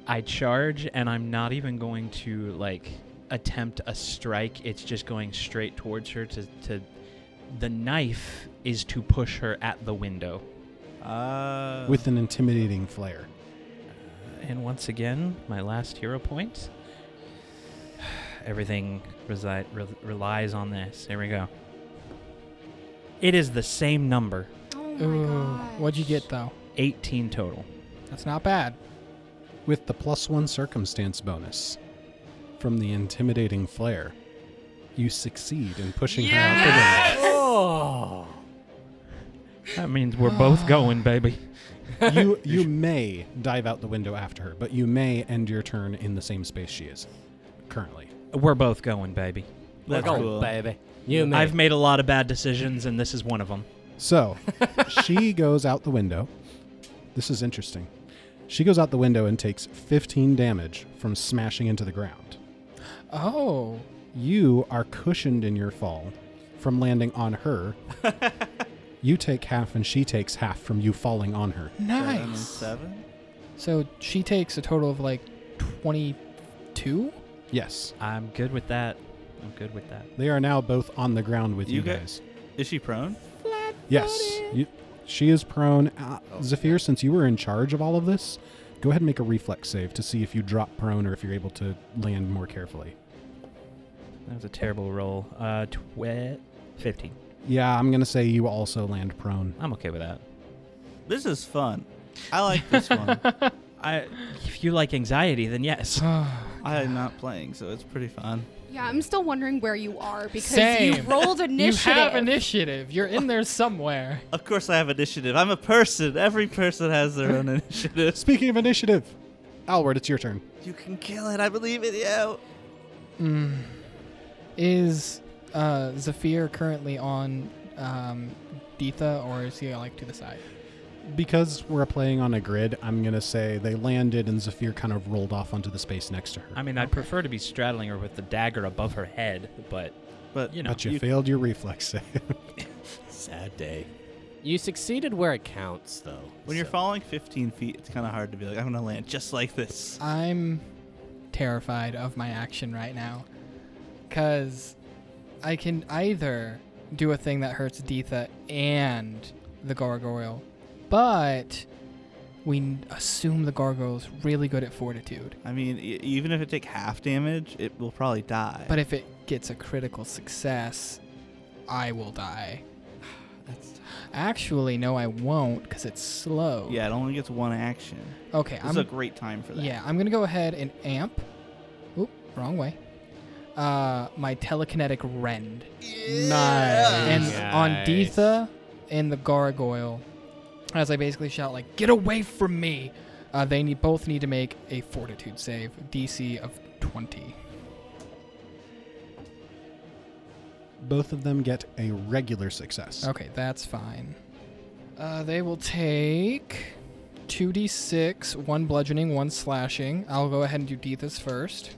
Speaker 8: I charge, and I'm not even going to like attempt a strike. It's just going straight towards her. To to the knife is to push her at the window.
Speaker 5: Uh,
Speaker 2: with an intimidating flair.
Speaker 8: And once again, my last hero point. [sighs] Everything resi- re- relies on this. Here we go. It is the same number,
Speaker 7: Oh
Speaker 6: Ooh.
Speaker 7: my god.
Speaker 6: What'd you get though?
Speaker 8: 18 total.
Speaker 6: That's not bad.
Speaker 2: With the plus one circumstance bonus from the intimidating flair, you succeed in pushing her out the window.
Speaker 8: That means we're both going, baby.
Speaker 2: you you may dive out the window after her, but you may end your turn in the same space she is currently.
Speaker 8: We're both going, baby.
Speaker 5: that's
Speaker 4: Go,
Speaker 5: cool.
Speaker 4: oh, baby. You may.
Speaker 8: I've made a lot of bad decisions, and this is one of them.
Speaker 2: So she goes out the window. This is interesting. She goes out the window and takes 15 damage from smashing into the ground.
Speaker 6: Oh.
Speaker 2: You are cushioned in your fall from landing on her. you take half and she takes half from you falling on her.
Speaker 5: Seven and
Speaker 6: Nice.
Speaker 5: seven.
Speaker 6: So she takes a total of like [sighs] 22?
Speaker 2: Yes.
Speaker 8: I'm good with that. I'm good with that.
Speaker 2: They are now both on the ground with you,
Speaker 5: You gu-
Speaker 2: guys.
Speaker 5: Is she prone?
Speaker 2: Yes. You, she is prone. Uh, Zephyr, since you were in charge of all of this, go ahead and make a reflex save to see if you drop prone or if you're able to land more carefully.
Speaker 8: That was a terrible roll. Uh, tw- 15.
Speaker 2: Yeah, I'm going to say you also land prone.
Speaker 8: I'm okay with that.
Speaker 5: This is fun. I like
Speaker 7: [laughs]
Speaker 5: this one.
Speaker 8: I, if you like anxiety, then yes.
Speaker 5: I am not playing, so it's pretty fun.
Speaker 7: Yeah, I'm still wondering where you are because you
Speaker 6: Same.
Speaker 7: rolled initiative.
Speaker 6: You have initiative. You're in there [sighs] somewhere.
Speaker 5: Of course, I have initiative. I'm a person. Every person has their
Speaker 7: [laughs]
Speaker 5: own initiative.
Speaker 2: Speaking of initiative, Alward, it's your turn.
Speaker 5: You can kill it. I believe in you.
Speaker 6: Mm. Is uh, Zafir currently on um, Deetha or is he like to the side?
Speaker 2: Because we're playing on a grid, I'm going to say they landed and Zephyr kind of rolled off onto the space next to her.
Speaker 8: I mean, I'd prefer to be straddling her with the dagger above her head, but
Speaker 5: But
Speaker 8: you know,
Speaker 2: but you, failed your reflex [laughs] save.
Speaker 4: Sad day. You succeeded where it counts, though.
Speaker 5: when you're
Speaker 4: so-
Speaker 5: falling 15 feet, it's kind of hard to be like, I'm gonna land just like this.
Speaker 6: I'm terrified of my action right now. Because I can either do a thing that hurts Deetha and the gargoyle, but we n- assume the gargoyle's really good at fortitude.
Speaker 5: I mean, e- even if it take half damage, it will probably die.
Speaker 6: But if it gets a critical success, I will die.
Speaker 5: [sighs] That's-
Speaker 6: Actually, no, I won't because it's slow.
Speaker 5: yeah, it only gets one action.
Speaker 6: Okay,
Speaker 5: This
Speaker 6: I'm
Speaker 5: is a great time for that.
Speaker 6: Yeah, I'm gonna go ahead and amp. Oop, wrong way. Uh, my telekinetic rend, and
Speaker 2: nice.
Speaker 6: on
Speaker 4: Nice.
Speaker 6: Deetha and the gargoyle, as I basically shout like, "Get away from me!" Uh, they need both need to make a fortitude save, DC of 20.
Speaker 2: Both of them get a regular success.
Speaker 6: Okay, that's fine. Uh, they will take 2d6, one bludgeoning, one slashing. I'll go ahead and do Deetha's first.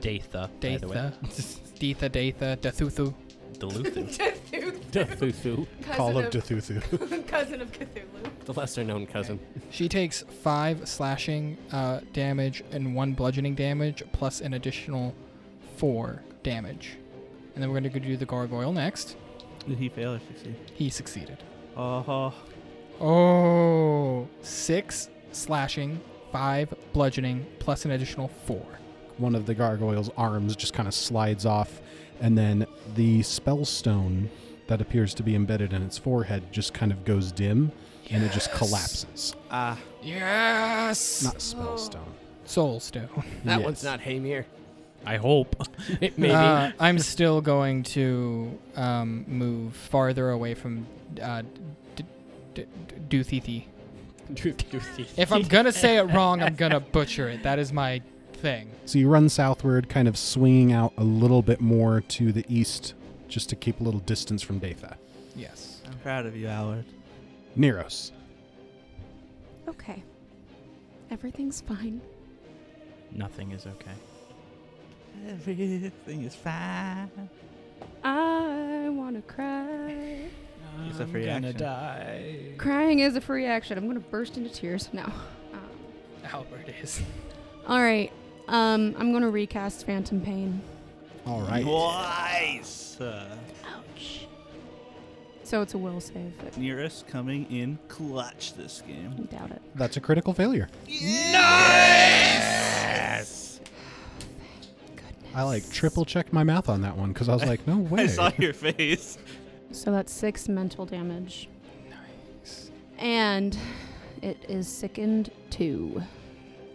Speaker 8: Datha. by the way.
Speaker 6: [laughs] Deetha, Deetha, Deetha, Dathuthu.
Speaker 8: Duluthu.
Speaker 4: [laughs] Cthulhu,
Speaker 2: Call
Speaker 7: [laughs]
Speaker 2: of Cthulhu.
Speaker 7: cousin of Cthulhu.
Speaker 4: the lesser-known cousin.
Speaker 6: She takes five slashing uh, damage and one bludgeoning damage, plus an additional four damage. And then we're going to do the gargoyle next.
Speaker 5: Did he fail or succeed?
Speaker 6: He succeeded.
Speaker 5: Oh,
Speaker 6: Oh, six slashing, five bludgeoning, plus an additional four.
Speaker 2: [laughs] one of the gargoyle's arms just kind of slides off, and then the spell stone that appears to be embedded in its forehead just kind of goes dim, and it just collapses.
Speaker 5: ah,
Speaker 6: Yes!
Speaker 2: Not spell stone.
Speaker 6: Soul stone.
Speaker 4: That
Speaker 2: Yes.
Speaker 4: one's not Hamir.
Speaker 8: I hope.
Speaker 4: [laughs]
Speaker 8: [laughs]
Speaker 4: Maybe.
Speaker 6: Uh, I'm still going to um, move farther away from uh, d- d- d- Duthithi. If I'm gonna say it wrong, I'm gonna butcher it. That is my thing.
Speaker 2: So you run southward, kind of swinging out a little bit more to the east, just to keep a little distance from Datha.
Speaker 6: Yes.
Speaker 5: I'm proud of you, Howard.
Speaker 2: Neros.
Speaker 7: Okay. Everything's fine.
Speaker 8: Nothing is okay.
Speaker 5: Everything is fine.
Speaker 7: I wanna cry.
Speaker 5: It's a free action.
Speaker 8: die.
Speaker 7: Crying is a free action. I'm gonna burst into tears now. Um,
Speaker 6: Albert is.
Speaker 7: All right. Um, I'm gonna recast Phantom Pain.
Speaker 2: All right.
Speaker 5: Nice. Uh,
Speaker 7: Ouch. So it's a will save. but
Speaker 5: Nearest coming in clutch this game.
Speaker 7: I doubt it.
Speaker 2: That's a critical failure.
Speaker 5: Nice.
Speaker 7: Goodness.
Speaker 2: I like triple checked my math on that one because I was like, no way.
Speaker 5: [laughs] I saw your face.
Speaker 7: So that's six mental damage,
Speaker 6: Nice.
Speaker 7: and it is sickened two,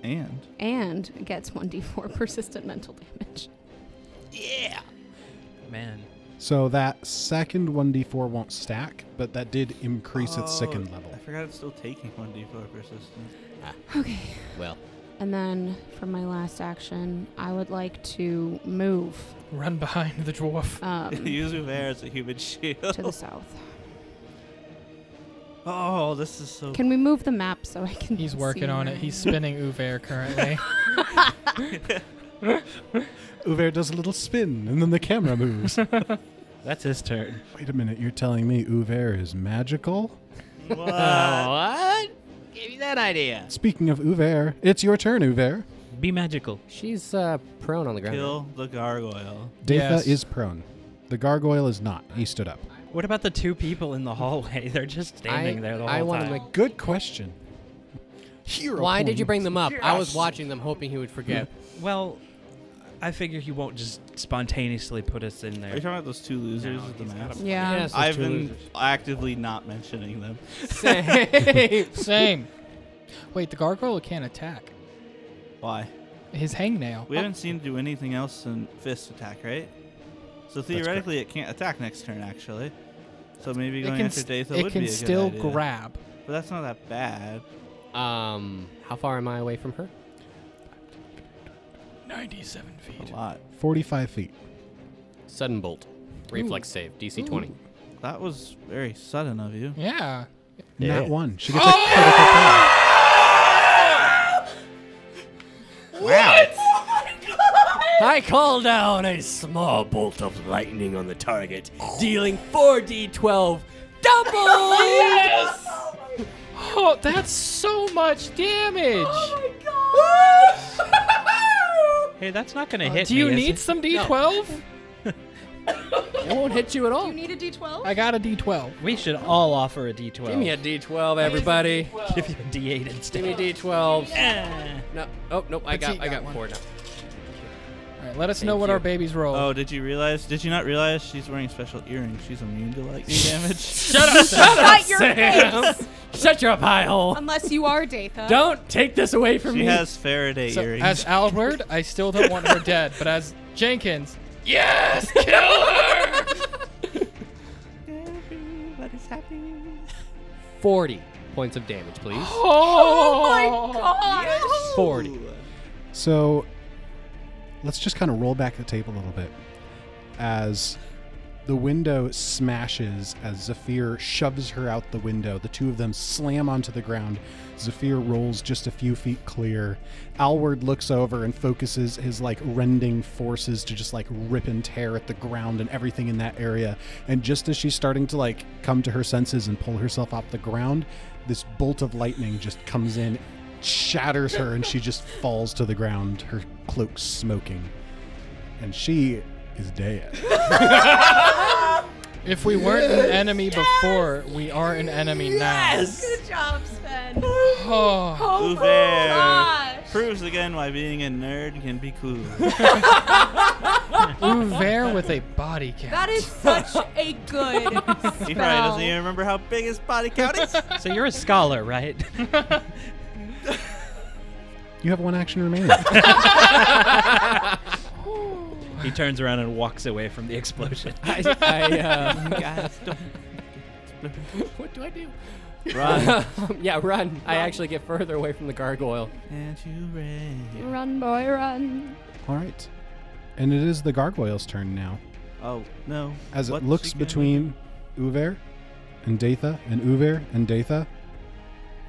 Speaker 5: And
Speaker 7: and gets one d4 [laughs] persistent mental damage.
Speaker 8: Man,
Speaker 2: So that second 1d4 won't stack, but that did increase its second
Speaker 5: Oh,
Speaker 2: level.
Speaker 5: I forgot it's still taking 1d4 persistence.
Speaker 7: Okay.
Speaker 4: Well.
Speaker 7: And then for my last action, I would like to move
Speaker 6: Run behind the dwarf.
Speaker 4: [laughs]
Speaker 7: um,
Speaker 5: [laughs] Use Uvair as a human [laughs]
Speaker 7: to the
Speaker 5: shield.
Speaker 7: south.
Speaker 5: Oh, this is so.
Speaker 7: Can we move the map so I can?
Speaker 6: He's
Speaker 7: see
Speaker 6: working on
Speaker 7: where
Speaker 6: it.
Speaker 7: I
Speaker 6: He's
Speaker 7: am?
Speaker 6: spinning Uvair currently.
Speaker 2: Uver does a little spin, and then the camera
Speaker 5: [laughs]
Speaker 2: moves.
Speaker 8: that's his turn.
Speaker 2: Wait a minute, you're telling me Uver is magical?
Speaker 4: uh,
Speaker 5: What?
Speaker 8: what? Give you that idea.
Speaker 2: Speaking of Uver, it's your turn, Uver.
Speaker 8: Be magical.
Speaker 4: She's uh, prone on the ground.
Speaker 5: Kill the gargoyle.
Speaker 2: Datha
Speaker 6: Yes.
Speaker 2: is prone. The gargoyle is not. He stood up.
Speaker 8: What about the two people in the hallway? [laughs] They're just standing
Speaker 4: I-
Speaker 8: there the whole
Speaker 4: I wanna
Speaker 8: time.
Speaker 4: make-
Speaker 2: Good question. Hero
Speaker 4: Why did you bring
Speaker 2: points.
Speaker 4: them up? I was watching them, hoping he would forget.
Speaker 8: well, I figure he won't just spontaneously put us
Speaker 5: Are
Speaker 8: in
Speaker 5: you
Speaker 8: there.
Speaker 5: talking about those two losers
Speaker 8: No,
Speaker 5: with the
Speaker 8: he's
Speaker 5: mask?
Speaker 8: gotta-
Speaker 7: Yeah.
Speaker 4: Yes, those
Speaker 5: I've
Speaker 4: two
Speaker 5: been
Speaker 4: losers.
Speaker 5: actively not mentioning them.
Speaker 4: [laughs] Same.
Speaker 6: Same. Wait, the gargoyle can't attack.
Speaker 5: Why?
Speaker 6: His hangnail.
Speaker 5: We haven't seen it do anything else than fist attack, right? So theoretically, it can't attack next turn, actually. So maybe
Speaker 6: It
Speaker 5: going
Speaker 6: can,
Speaker 5: after
Speaker 6: s-
Speaker 5: Datha
Speaker 6: it
Speaker 5: would
Speaker 6: can
Speaker 5: be a
Speaker 6: still
Speaker 5: good idea.
Speaker 6: grab.
Speaker 5: But that's not that bad.
Speaker 4: Um, how far am I away from her?
Speaker 6: 97
Speaker 5: A
Speaker 6: feet.
Speaker 5: lot.
Speaker 2: 45 feet.
Speaker 4: Sudden bolt, reflex save, DC 20.
Speaker 5: That was very sudden of you.
Speaker 6: Yeah.
Speaker 2: Not one. She gets a critical failure.
Speaker 4: I call down a small bolt of lightning on the target, dealing 4d12 double.
Speaker 6: Oh, that's so much damage.
Speaker 5: [gasps]
Speaker 8: Hey, that's not gonna hit
Speaker 6: Do you
Speaker 8: me, is
Speaker 6: need
Speaker 8: it?
Speaker 6: some D12?
Speaker 4: It won't hit you at all.
Speaker 7: You need a d12.
Speaker 6: I got a D12.
Speaker 8: We should all offer a D12.
Speaker 4: Give me a D12, everybody.
Speaker 8: Give [laughs] you a D8
Speaker 4: Give
Speaker 8: instead.
Speaker 4: me D12. No. Oh nope. I
Speaker 6: Let's
Speaker 4: got.
Speaker 6: see,
Speaker 4: I
Speaker 6: got
Speaker 4: got
Speaker 6: one.
Speaker 4: four now.
Speaker 6: All right, let us know
Speaker 4: Thank
Speaker 6: what
Speaker 4: you.
Speaker 6: our babies roll.
Speaker 5: Oh, did you realize? Did you not realize she's wearing special earrings? She's immune to lightning
Speaker 6: [laughs]
Speaker 5: damage.
Speaker 7: Shut your face.
Speaker 4: [laughs] Shut your pie hole.
Speaker 7: Unless you are Datha.
Speaker 4: Don't take this away from
Speaker 5: she
Speaker 4: me.
Speaker 5: has Faraday
Speaker 6: So,
Speaker 5: earrings. [laughs]
Speaker 6: as Albert, I still don't want her dead, but as Jenkins,
Speaker 4: yes, kill her.
Speaker 5: Everybody's happy.
Speaker 4: Forty points of damage, please.
Speaker 6: oh,
Speaker 7: my god.
Speaker 4: Forty.
Speaker 2: So let's just kind of roll back the tape a little bit as the window smashes as Zephyr shoves her out the window. The two of them slam onto the ground. Zephyr rolls just a few feet clear. Alward looks over and focuses his like rending forces to just like rip and tear at the ground and everything in that area. And just as she's starting to like come to her senses and pull herself off the ground, this bolt of lightning just comes in, shatters her, and she just falls to the ground, her cloak smoking. And she is dead.
Speaker 6: If we weren't an enemy before, we are an enemy
Speaker 7: Good job, Sven.
Speaker 6: now. Oh,
Speaker 7: Oh
Speaker 5: Uber.
Speaker 7: gosh.
Speaker 5: Proves again why being a nerd can be cool.
Speaker 7: [laughs]
Speaker 6: Uvair with a body count.
Speaker 4: [laughs]
Speaker 7: That is such a good
Speaker 5: he probably
Speaker 7: spell.
Speaker 5: doesn't even remember how big his body count is.
Speaker 8: So you're a scholar, right?
Speaker 2: You have one action
Speaker 5: [laughs]
Speaker 2: remaining.
Speaker 8: he turns around and walks away from the explosion.
Speaker 4: [laughs] I, I, uh,
Speaker 5: Guys, don't.
Speaker 4: [laughs] what do I do?
Speaker 5: Run.
Speaker 4: Um, [laughs] yeah, run. I actually get further away from the gargoyle.
Speaker 5: and you ran.
Speaker 7: Run, boy, run.
Speaker 2: All right. And it is the gargoyle's turn now.
Speaker 5: Oh no.
Speaker 2: As it
Speaker 5: What's
Speaker 2: looks
Speaker 5: she gonna
Speaker 2: between Uver and Datha, and Uver and Datha,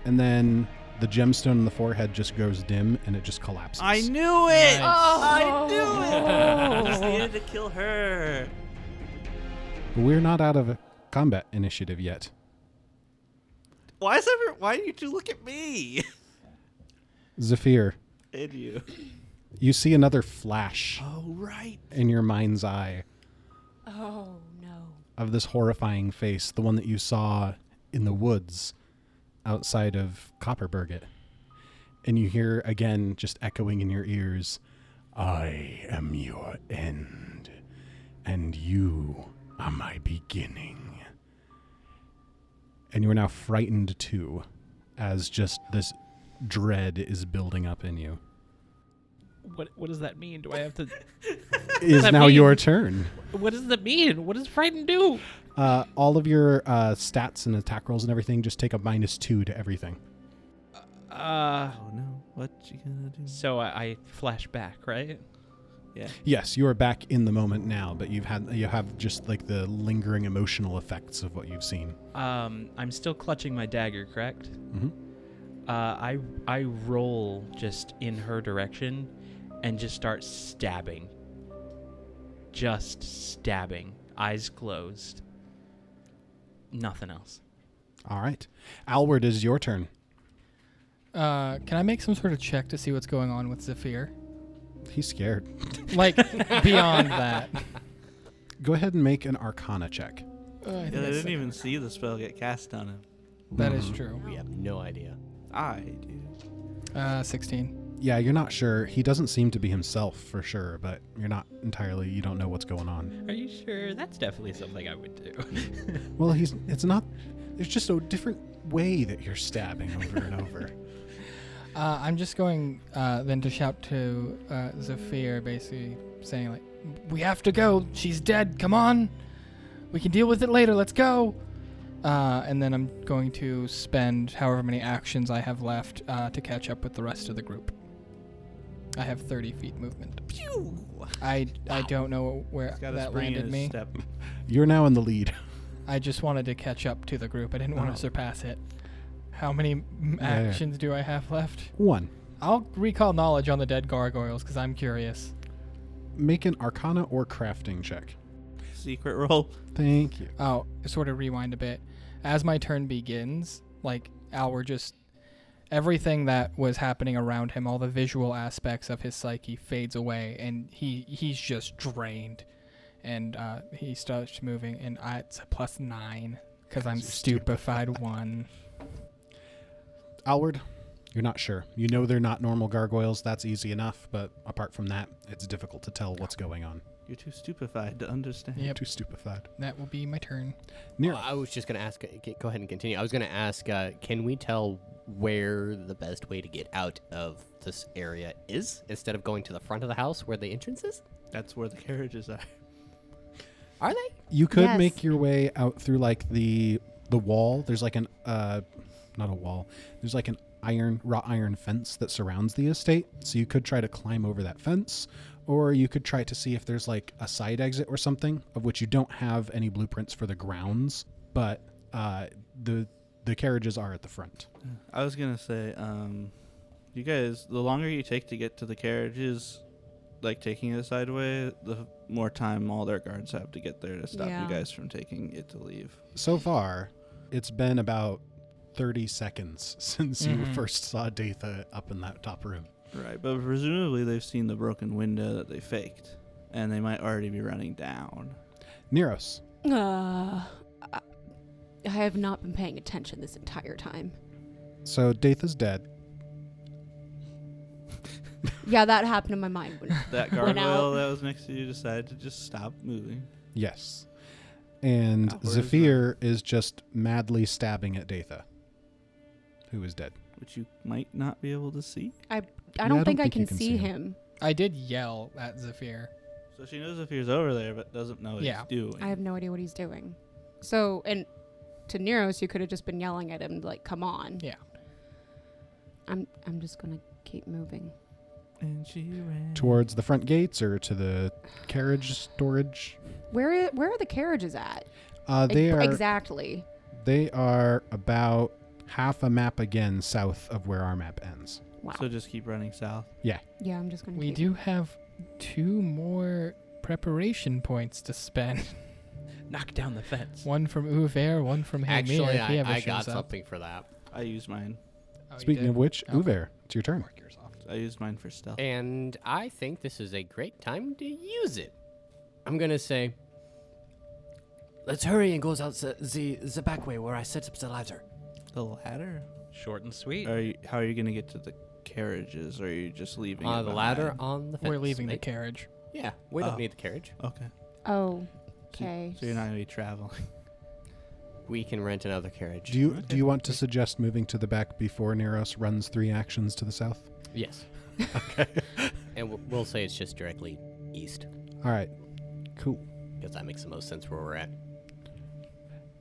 Speaker 2: and then The gemstone in the forehead just goes dim and it just collapses.
Speaker 5: I knew it! Oh,
Speaker 4: Nice.
Speaker 5: I knew it!
Speaker 7: Oh.
Speaker 5: I just needed to kill her.
Speaker 2: We're not out of combat initiative yet.
Speaker 5: Why is ever? Why do you two look at me? [laughs]
Speaker 2: Zephyr,
Speaker 5: and you.
Speaker 2: you see another flash
Speaker 5: Oh right.
Speaker 2: in your mind's eye
Speaker 7: Oh no.
Speaker 2: of this horrifying face, the one that you saw in the woods outside of Copperberget. And you hear again, just echoing in your ears, I am your end, and you are my beginning. And you are now frightened too, as just this dread is building up in
Speaker 7: [laughs]
Speaker 2: you.
Speaker 9: What What does that mean? Do I have to?
Speaker 2: It is
Speaker 9: That
Speaker 2: now
Speaker 9: mean-
Speaker 2: your turn.
Speaker 9: What does that mean? What does frightened do?
Speaker 2: Uh, all of your uh, stats and attack rolls and everything just take a minus two to everything.
Speaker 8: Uh,
Speaker 5: Oh no. What you gonna do?
Speaker 8: so I, I flash back, right?
Speaker 2: Yes, you are back in the moment now, but you've had you have just like the lingering emotional effects of what you've seen.
Speaker 8: Um, I'm still clutching my dagger, correct?
Speaker 2: Mhm.
Speaker 8: Uh, I I roll just in her direction, and just start stabbing. Just stabbing, eyes closed. Nothing else.
Speaker 2: All right, Alward it is your turn.
Speaker 6: Uh, can I make some sort of check to see what's going on with Zephyr?
Speaker 2: He's scared.
Speaker 6: Like beyond
Speaker 5: [laughs]
Speaker 6: that. Oh,
Speaker 2: Go ahead and make an Arcana check.
Speaker 6: Uh, I think
Speaker 5: Yeah, I
Speaker 6: that's
Speaker 5: didn't
Speaker 6: it.
Speaker 5: even see the spell get cast on him.
Speaker 6: That is true.
Speaker 4: We have no idea.
Speaker 5: I do.
Speaker 6: Uh, 16.
Speaker 2: Yeah, you're not sure. He doesn't seem to be himself for sure, but you're not entirely. You don't know what's going on.
Speaker 8: Are you sure? That's definitely something I would do. [laughs]
Speaker 2: Well, he's. It's not. There's just a different way that you're stabbing over and over.
Speaker 6: Uh, I'm just going uh, then to shout to uh, Zephyr, basically saying like, "We have to go. She's dead. Come on. We can deal with it later. Let's go." Uh, and then I'm going to spend however many actions I have left uh, to catch up with the rest of the group. I have 30 feet movement.
Speaker 5: Pew!
Speaker 6: I I don't know where
Speaker 5: Got a
Speaker 6: that
Speaker 5: spring in
Speaker 6: landed
Speaker 5: his
Speaker 6: me.
Speaker 5: Step.
Speaker 2: You're now in the lead.
Speaker 6: I just wanted to catch up to the group. I didn't want
Speaker 2: Oh.
Speaker 6: to surpass it. How many m-
Speaker 2: Yeah, yeah.
Speaker 6: actions do I have left?
Speaker 2: One.
Speaker 6: I'll recall knowledge on the dead gargoyles because I'm curious.
Speaker 2: Make an Arcana or crafting check.
Speaker 5: Secret roll.
Speaker 2: Thank you.
Speaker 6: Oh, sort of rewind a bit. As my turn begins, like Alward just everything that was happening around him, all the visual aspects of his psyche fades away, and he he's just drained, and uh, he starts moving, and I, it's a plus nine because I'm
Speaker 2: you're
Speaker 6: stupefied one.
Speaker 2: Alward, you're not sure. You know they're not normal gargoyles. That's easy enough. But apart from that, it's difficult to tell what's going on.
Speaker 5: You're too stupefied to understand.
Speaker 6: Yep.
Speaker 2: Too stupefied.
Speaker 6: That will be my turn.
Speaker 2: Near.
Speaker 4: I was just gonna ask. uh, g- Go ahead and continue. I was gonna ask. Uh, can we tell where the best way to get out of this area is instead of going to the front of the house where the entrance is?
Speaker 5: That's where the carriages are.
Speaker 4: Are they?
Speaker 2: you could
Speaker 7: Yes.
Speaker 2: make your way out through like the the wall. There's like an uh, not a wall. There's like an iron wrought iron fence that surrounds the estate. So you could try to climb over that fence, or you could try to see if there's like a side exit or something, of which you don't have any blueprints for the grounds. But uh, the the carriages are at the front.
Speaker 5: I was gonna say, um, you guys, the longer you take to get to the carriages, like taking it sideways, the more time all their guards have to get there to stop
Speaker 7: Yeah.
Speaker 5: you guys from taking it to leave.
Speaker 2: So far, it's been about 30 seconds [laughs] since you
Speaker 6: Mhm.
Speaker 2: first saw Datha up in that top room.
Speaker 5: Right, but presumably they've seen the broken window that they faked, and they might already be running down.
Speaker 2: Neros,
Speaker 7: Uh, I I have not been paying attention this entire time.
Speaker 2: so Datha's dead.
Speaker 7: Yeah, that happened in my mind.
Speaker 6: [laughs]
Speaker 7: When, [laughs]
Speaker 5: That
Speaker 7: Went
Speaker 5: gargoyle that was next to you decided to just stop moving.
Speaker 2: Yes. And
Speaker 5: Alward is
Speaker 2: Zephyr is just madly stabbing at Datha, who is dead.
Speaker 5: which you might not be able to see.
Speaker 7: I don't
Speaker 2: I don't
Speaker 7: think I
Speaker 2: think you
Speaker 7: can,
Speaker 2: can
Speaker 7: see,
Speaker 2: see
Speaker 7: him.
Speaker 6: I did yell at Zephyr.
Speaker 5: So she knows if he's over there, but doesn't know what
Speaker 6: Yeah.
Speaker 5: he's doing.
Speaker 7: I have no idea what he's doing. So, and to Neros, you could have just been yelling at him like, "Come on!"
Speaker 6: Yeah.
Speaker 7: I'm. I'm just gonna keep moving.
Speaker 5: and she ran.
Speaker 2: Towards the front gates or to the carriage storage?
Speaker 7: Where? i- Where are the carriages at?
Speaker 2: Uh, they
Speaker 7: Ex-
Speaker 2: are
Speaker 7: exactly.
Speaker 2: they are about half a map again south of where our map ends.
Speaker 7: Wow.
Speaker 5: So just keep running south.
Speaker 7: yeah, I'm just gonna.
Speaker 6: We
Speaker 7: keep-
Speaker 6: do have two more preparation points to spend. [laughs]
Speaker 9: Knock down the fence.
Speaker 6: one from Uver, one from Hamir.
Speaker 4: Actually,
Speaker 6: if he ever
Speaker 4: I, I
Speaker 6: shows
Speaker 4: got
Speaker 6: up.
Speaker 4: something for that.
Speaker 5: I used mine.
Speaker 6: Oh, you
Speaker 2: Speaking
Speaker 6: did?
Speaker 2: of which,
Speaker 6: Okay.
Speaker 2: Uver, it's your turn.
Speaker 5: I used mine for stealth.
Speaker 4: And I think this is a great time to use it. I'm gonna say, let's hurry and goes out the, the the back way where I set up the ladder.
Speaker 5: The ladder?
Speaker 8: Short and sweet.
Speaker 5: Are you, how are you gonna get to the carriages? Or are you just leaving?
Speaker 4: Uh,
Speaker 5: it
Speaker 4: the ladder
Speaker 5: behind?
Speaker 4: on the uh. fence.
Speaker 6: We're leaving the
Speaker 4: mate.
Speaker 6: carriage.
Speaker 4: Yeah, we don't
Speaker 5: Oh.
Speaker 4: need the carriage.
Speaker 5: Okay.
Speaker 7: Oh,
Speaker 5: So-
Speaker 7: okay.
Speaker 5: So, you're not gonna be traveling. [laughs]
Speaker 4: We can rent another carriage.
Speaker 2: Do you do you want to suggest moving to the back before Neros runs three actions to the south?
Speaker 4: yes. [laughs] okay. And we'll, we'll say it's just directly east
Speaker 2: All right, cool.
Speaker 4: because that makes the most sense where we're at.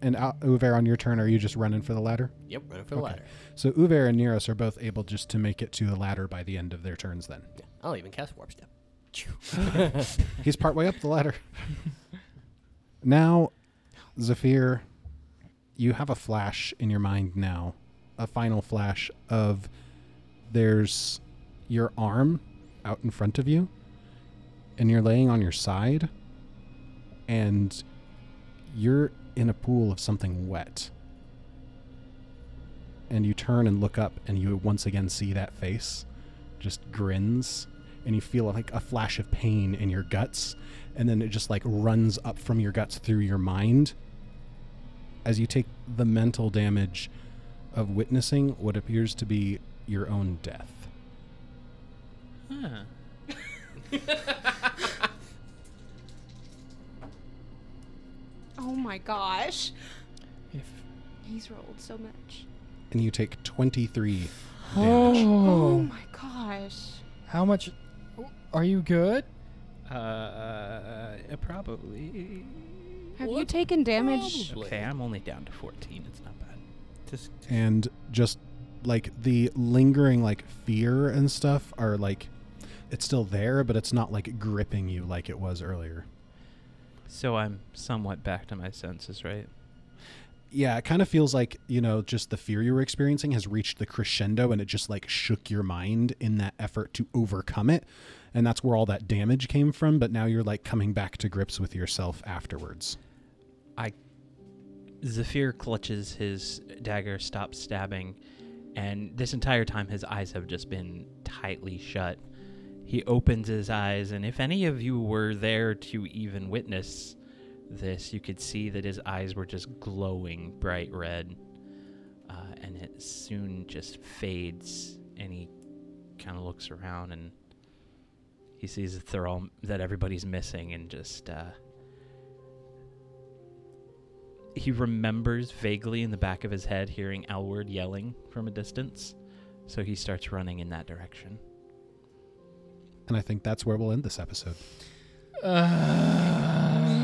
Speaker 2: And uh, Uver, on your turn, are you just running for the ladder?
Speaker 4: Yep, running for the
Speaker 2: Okay.
Speaker 4: ladder.
Speaker 2: So Uver and Neros are both able just to make it to the ladder by the end of their turns. Then
Speaker 4: Yeah, I'll even cast warp step.
Speaker 2: he's partway up the ladder. now, Zephyr, you have a flash in your mind now, a final flash of there's your arm out in front of you, and you're laying on your side, and you're in a pool of something wet. And you turn and look up, and you once again see that face just grins, and you feel like a flash of pain in your guts, and then it just like runs up from your guts through your mind as you take the mental damage of witnessing what appears to be your own death.
Speaker 8: Huh.
Speaker 7: Oh my gosh,
Speaker 6: If
Speaker 7: he's rolled so much.
Speaker 2: And you take 23 damage.
Speaker 7: Oh
Speaker 6: oh,
Speaker 7: my gosh.
Speaker 6: how much? Are you good?
Speaker 9: Uh, uh, probably.
Speaker 7: Have you taken damage?
Speaker 8: Okay, I'm only down to 14. It's not bad.
Speaker 5: Just
Speaker 2: And just like the lingering like fear and stuff are like it's still there, but it's not like gripping you like it was earlier.
Speaker 8: So I'm somewhat back to my senses, right?
Speaker 2: yeah, it kind of feels like, you know, just the fear you were experiencing has reached the crescendo and it just like shook your mind in that effort to overcome it. And that's where all that damage came from. But now you're like coming back to grips with yourself afterwards.
Speaker 8: Zephyr clutches his dagger, stops stabbing, and this entire time his eyes have just been tightly shut. He opens his eyes, and if any of you were there to even witness this, you could see that his eyes were just glowing bright red, uh, and it soon just fades. And he kind of looks around and he sees that they're all that everybody's missing, and just uh, he remembers vaguely in the back of his head hearing Alward yelling from a distance, so he starts running in that direction.
Speaker 2: And I think that's where we'll end this episode.
Speaker 6: Uh,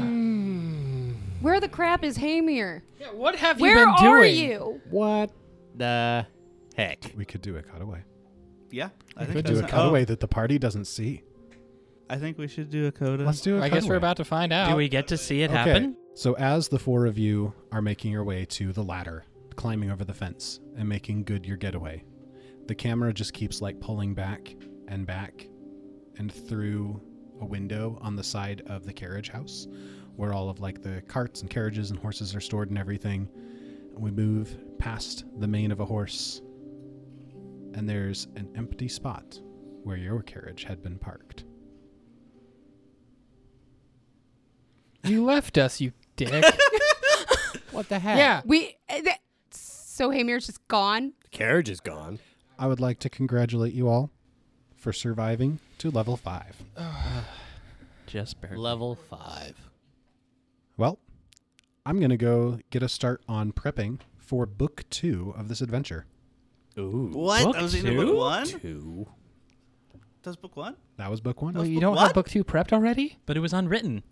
Speaker 7: Where the crap is Hamir?
Speaker 6: Yeah, what have
Speaker 7: Where
Speaker 6: you been
Speaker 7: are
Speaker 6: doing?
Speaker 7: you?
Speaker 4: What the heck?
Speaker 2: We could do a cutaway.
Speaker 5: yeah. I
Speaker 6: We
Speaker 5: think
Speaker 2: We
Speaker 6: could
Speaker 2: could do a
Speaker 5: that's-
Speaker 2: cutaway that the party doesn't see.
Speaker 5: Oh, I think we should do a coda.
Speaker 2: Let's do a
Speaker 6: I
Speaker 2: cutaway.
Speaker 6: guess we're about to find out.
Speaker 8: Do we get to see it
Speaker 2: Okay.
Speaker 8: happen?
Speaker 2: So as the four of you are making your way to the ladder, climbing over the fence and making good your getaway, the camera just keeps like pulling back and back and through a window on the side of the carriage house where all of like the carts and carriages and horses are stored and everything. And we move past the mane of a horse and there's an empty spot where your carriage had been parked.
Speaker 6: You left us, you dick.
Speaker 4: What the heck?
Speaker 6: yeah.
Speaker 7: We. eh, th- So Hamir's just gone.
Speaker 4: The carriage is gone.
Speaker 2: I would like to congratulate you all for surviving to level 5.
Speaker 8: Just barely.
Speaker 4: Level five.
Speaker 2: Well, I'm going to go get a start on prepping for book two of this adventure.
Speaker 4: Ooh.
Speaker 5: What?
Speaker 8: Book
Speaker 5: I was in
Speaker 8: two?
Speaker 5: book one.
Speaker 4: Two.
Speaker 5: Does book one?
Speaker 4: [laughs]
Speaker 2: That was book one.
Speaker 6: Well, you
Speaker 5: book
Speaker 6: don't
Speaker 5: what?
Speaker 6: have book two prepped already?
Speaker 8: But it was unwritten.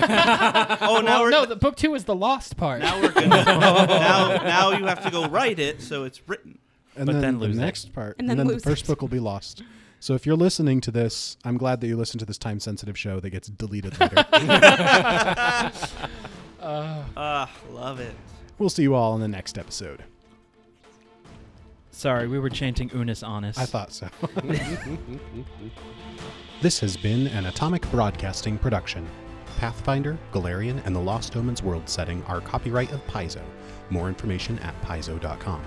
Speaker 5: Oh, now [laughs] we're
Speaker 6: No, the book two is the lost part.
Speaker 5: now we're good. now now you have to go write it so it's written.
Speaker 2: and
Speaker 8: but then
Speaker 2: the
Speaker 8: lose it.
Speaker 2: next part,
Speaker 7: And
Speaker 2: and
Speaker 7: then
Speaker 2: then, the
Speaker 7: lose
Speaker 2: first
Speaker 7: it.
Speaker 2: book will be lost. So if you're listening to this, I'm glad that you listened to this time sensitive show that gets deleted later.
Speaker 7: [laughs]
Speaker 5: Ah, love it. Ah,
Speaker 2: we'll see you all in the next episode.
Speaker 8: Sorry, we were chanting Unis Honest.
Speaker 2: I thought so. this has been an Atomic Broadcasting production. Pathfinder, Galarian, and the Lost Omens world setting are copyright of Paizo. More information at paizo.com.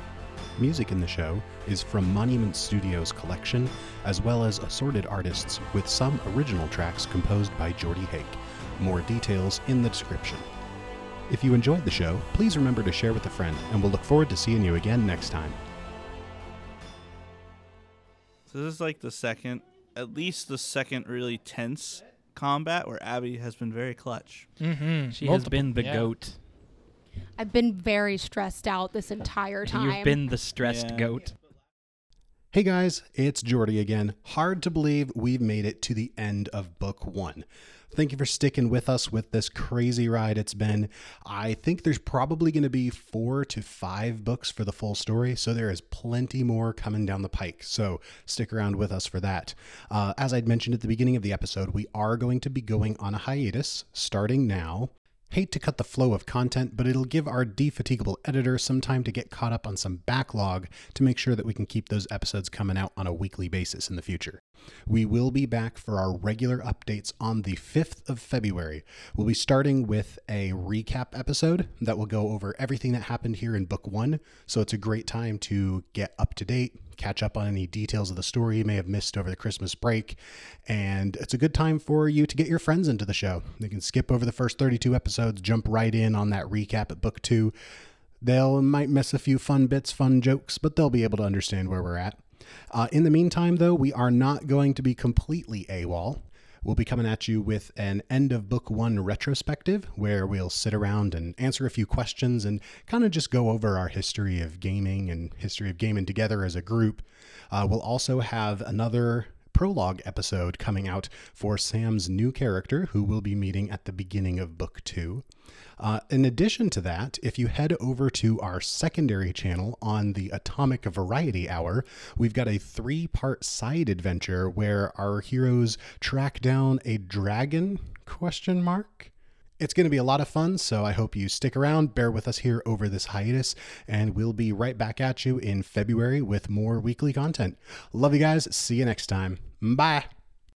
Speaker 2: Music in the show is from Monument Studios' collection, as well as assorted artists, with some original tracks composed by Jordy Hake. More details in the description. If you enjoyed the show, please remember to share with a friend, and we'll look forward to seeing you again next time.
Speaker 5: So this is like the second, at least the second really tense combat where Abby has been very clutch.
Speaker 6: Mm-hmm.
Speaker 8: She has been the goat.
Speaker 7: I've been very stressed out this entire time.
Speaker 8: You've been the stressed
Speaker 5: Yeah.
Speaker 8: goat.
Speaker 2: Hey guys, it's Jordy again. Hard to believe we've made it to the end of book one. Thank you for sticking with us with this crazy ride it's been. I think there's probably going to be four to five books for the full story, so there is plenty more coming down the pike. So stick around with us for that. Uh, as I'd mentioned at the beginning of the episode, we are going to be going on a hiatus starting now. Hate to cut the flow of content, but it'll give our defatigable editor some time to get caught up on some backlog to make sure that we can keep those episodes coming out on a weekly basis in the future. We will be back for our regular updates on the 5th of February. We'll be starting with a recap episode that will go over everything that happened here in book one, so it's a great time to get up to date, catch up on any details of the story you may have missed over the Christmas break. And it's a good time for you to get your friends into the show. They can skip over the first 32 episodes, jump right in on that recap at book two. They'll might miss a few fun bits, fun jokes, but they'll be able to understand where we're at. Uh, in the meantime, though, we are not going to be completely AWOL. We'll be coming at you with an end of book one retrospective where we'll sit around and answer a few questions and kind of just go over our history of gaming and history of gaming together as a group. Uh, we'll also have another prologue episode coming out for Sam's new character, who we'll be meeting at the beginning of book two. Uh, in addition to that, if you head over to our secondary channel on the Atomic Variety Hour, we've got a three part side adventure where our heroes track down a dragon question mark. It's going to be a lot of fun, so I hope you stick around, bear with us here over this hiatus, and we'll be right back at you in February with more weekly content. Love you guys. See you next time. Bye.